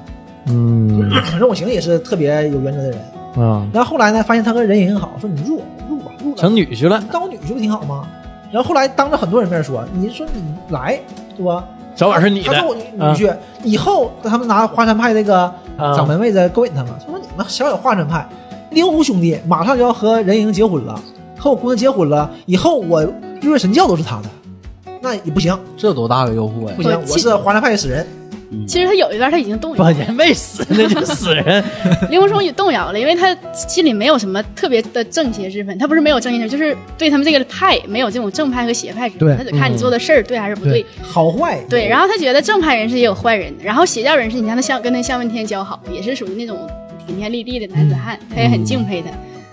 嗯反正我行也是特别有原则的人。啊，然后后来呢，发现他跟人也很好，说你入我入吧，入了成女婿了你，当我女婿不挺好吗？然后后来当着很多人面说，你说你来，对吧？早晚是你他说的。嗯我女女婿，以后他们拿华山派那个啊掌门位置勾引他们，说你们小小华山派，令狐兄弟马上就要和任盈结婚了，和我姑娘结婚了，以后我日月神教都是他的，那也不行，这多大的诱惑呀不！行，我我是华山派的死人，其实他有一段他已经动摇把了，人没死，那就死人。令狐冲也动摇了，因为他心里没有什么特别的正邪之分，他不是没有正邪之分，就是对他们这个派没有这种正派和邪派之对分，他只看你做的事儿对还是不对。好坏对，然后他觉得正派人士也有坏人，然后邪教人士，你看他像跟那向问天交好，也是属于那种顶天立地的男子汉，他也很敬佩他。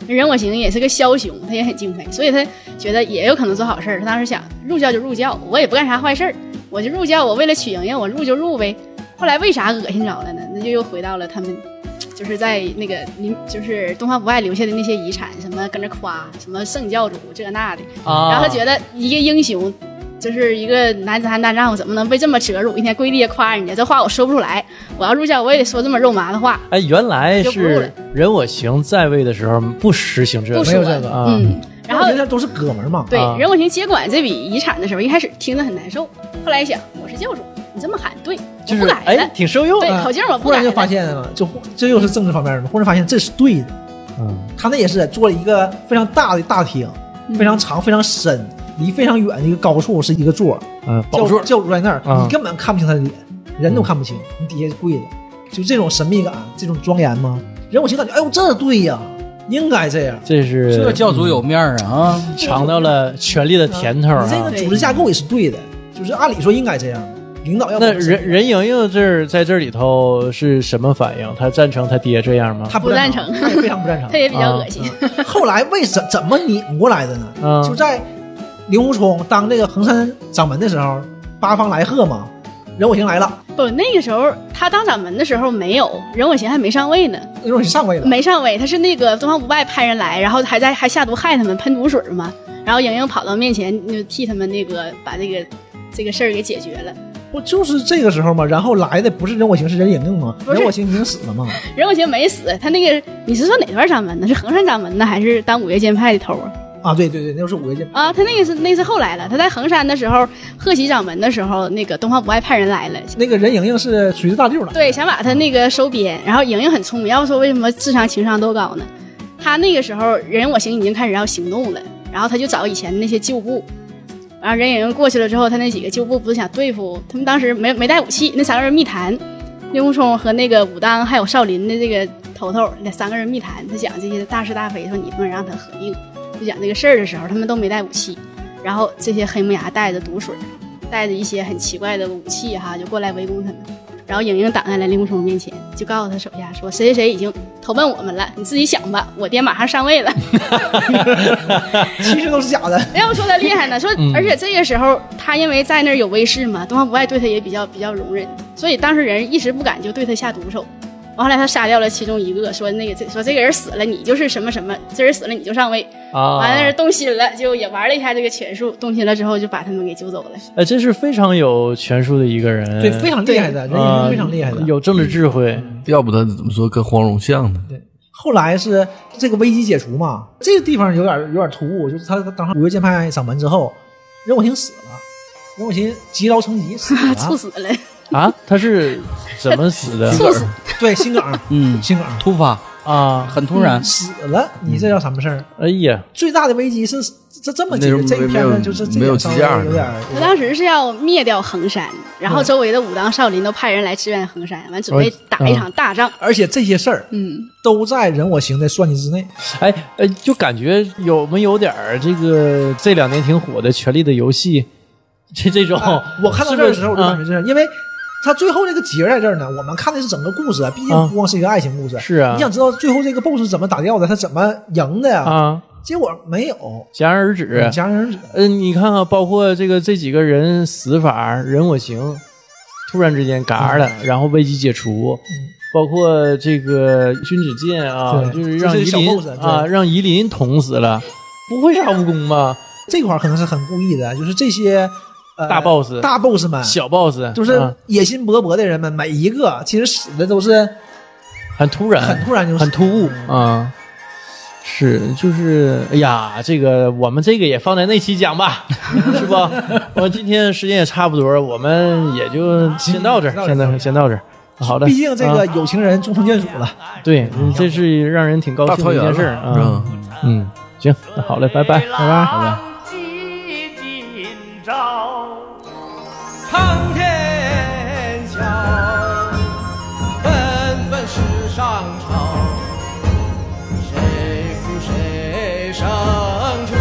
任我行也是个枭雄，他也很敬佩，所以他觉得也有可能做好事儿。他当时想入教就入教，我也不干啥坏事儿，我就入教，我为了娶莹莹，我入就入呗。后来为啥恶心着了呢？那就又回到了他们，就是在那个您就是东方不败留下的那些遗产，什么跟着夸，什么圣教主这那的，啊然后他觉得一个英雄，就是一个男子汉大丈夫，怎么能被这么折辱？一天跪地下夸人家，这话我说不出来。我要入教，我也得说这么肉麻的话。哎，原来就不入是了任我行在位的时候不实行这不个说没有这个啊嗯，然后现在都是哥们儿嘛，对啊，任我行接管这笔遗产的时候，一开始听着很难受，后来一想，我是教主，你这么喊对，就我是不改哎了，。挺受用对，啊。口径我不忽改然就了。发现了，就忽这又是政治方面的，忽然发现这是对的。嗯，他那也是做了一个非常大的大厅，嗯非常长、非常深，离非常远的一个高处是一个座儿，嗯，教宝座，教主在那儿，啊你根本看不清他的脸，人都看不清，你底下跪着，就这种神秘感，这种庄严吗？人我心感觉，哎呦，这对呀，应该这样。这是这教主有面儿啊啊！尝到了权力的甜头你这个啊。嗯对组织架构也是对的，就是按理说应该这样，领导要那怎么想任任盈盈这儿在这里头是什么反应？她赞成她爹这样吗？他不赞赞成他也非常不赞他成。也比较恶心，后来为什怎么拧过来的呢？嗯就在令狐冲当这个衡山掌门的时候，八方来贺嘛，任我行来了， 不，那个时候他当掌门的时候没有任我行还没上位呢，任我行上位了，没上位，他是那个东方不败派人来，然后还在还下毒害他们，喷毒水嘛。然后莹莹跑到面前，就替他们那个把这个这个事儿给解决了。不就是这个时候嘛？然后来的不是任我行，是任盈盈嘛？不是任我行已经死了嘛？任我行没死，他那个你是说哪段掌门呢？是衡山掌门呢，还是当五岳剑派的头啊？啊，对对对，那就是五岳剑。啊，他那个是那是后来了，他在衡山的时候，贺喜掌门的时候，那个东方不败派人来了。那个任盈盈是随着大六了，对，想把他那个收编。然后莹莹很聪明，要不说为什么智商情商都高呢？他那个时候任我行已经开始要行动了，然后他就找以前那些旧部，然后任盈盈过去了之后，他那几个旧部不是想对付他们，当时没没带武器，那三个人密谈，令狐冲和那个武当还有少林的这个头头，那三个人密谈，他讲这些大是大非，说你不能让他合并，就讲这个事儿的时候，他们都没带武器，然后这些黑木崖带着毒水，带着一些很奇怪的武器哈，就过来围攻他们。然后莹莹挡在了令狐冲面前，就告诉他手下说：“谁谁谁已经投奔我们了，你自己想吧，我爹马上上位了。” 其实都是假嗯的。要说他厉害呢，说嗯而且这个时候他因为在那儿有威势嘛，东方不败对他也比较比较容忍，所以当时人一时不敢就对他下毒手。完后来他杀掉了其中一个，说那个这说这个人死了，你就是什么什么，这人死了你就上位。啊，完了人动心了，就也玩了一下这个权术，动心了之后就把他们给救走了。哎，这是非常有权术的一个人，对，非常厉害的，任盈啊盈非嗯常厉害的。嗯有政治智慧。要不他怎么说跟黄蓉像呢？后来是这个危机解除嘛，这个地方有点有点突兀，就是他当上五岳剑派掌门之后，任我行死了，任我行急刀成疾死 猝了，死了，啊，他呃是怎么死 的猝死。对，心梗，嗯，心梗突发，啊？很嗯突然。死了，你这叫什么事儿？哎呀，最大的危机是这这么那时这候这一没片没呢，有就是没有这支点架儿呢有点儿他当时是要灭掉衡山，然后周围的武当、少林都派人来支援衡山，完准备打一场大仗。而且这些事儿嗯，都在任我行的算计之内。哎，呃，就感觉有没有点儿这个这两年挺火的《权力的游戏》这这种啊，我看到是这不儿哦是的时候，我就感觉这样，因为他最后这个结在这儿呢，我们看的是整个故事啊，毕竟啊不光是一个爱情故事。是啊你想知道最后这个 BOSS 怎么打掉的，他怎么赢的呀？啊，结果没有，戛然而止。戛然而止。嗯，你看看，包括这个这几个人死法，人我行，突然之间嘎了，嗯然后危机解除，包括这个君子剑啊，对就是让这夷是小陵 boss，对啊，让夷陵捅死了，不会杀蜈蚣吧？这块儿可能是很故意的，就是这些呃大 boss 大 boss 们，小 boss 就是啊野心勃勃的人们，每一个其实死的都是很突然，很突然就死很突兀啊。是，就是，哎呀，这个我们这个也放在那期讲 吧，是不？我今天时间也差不多，我们也就先到这儿，先先到这到儿先到这儿。好的，毕竟这个啊有情人终成眷属了。对，嗯这是让人挺高大兴的团一圆件了事儿是吧啊。嗯，行，那好嘞，拜拜，拜拜，好拜。记今朝，苍天笑，纷纷世上潮，谁负谁胜出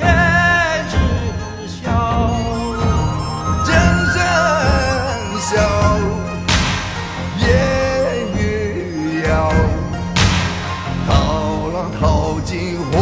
天知晓。江山笑，烟雨遥，涛浪淘尽花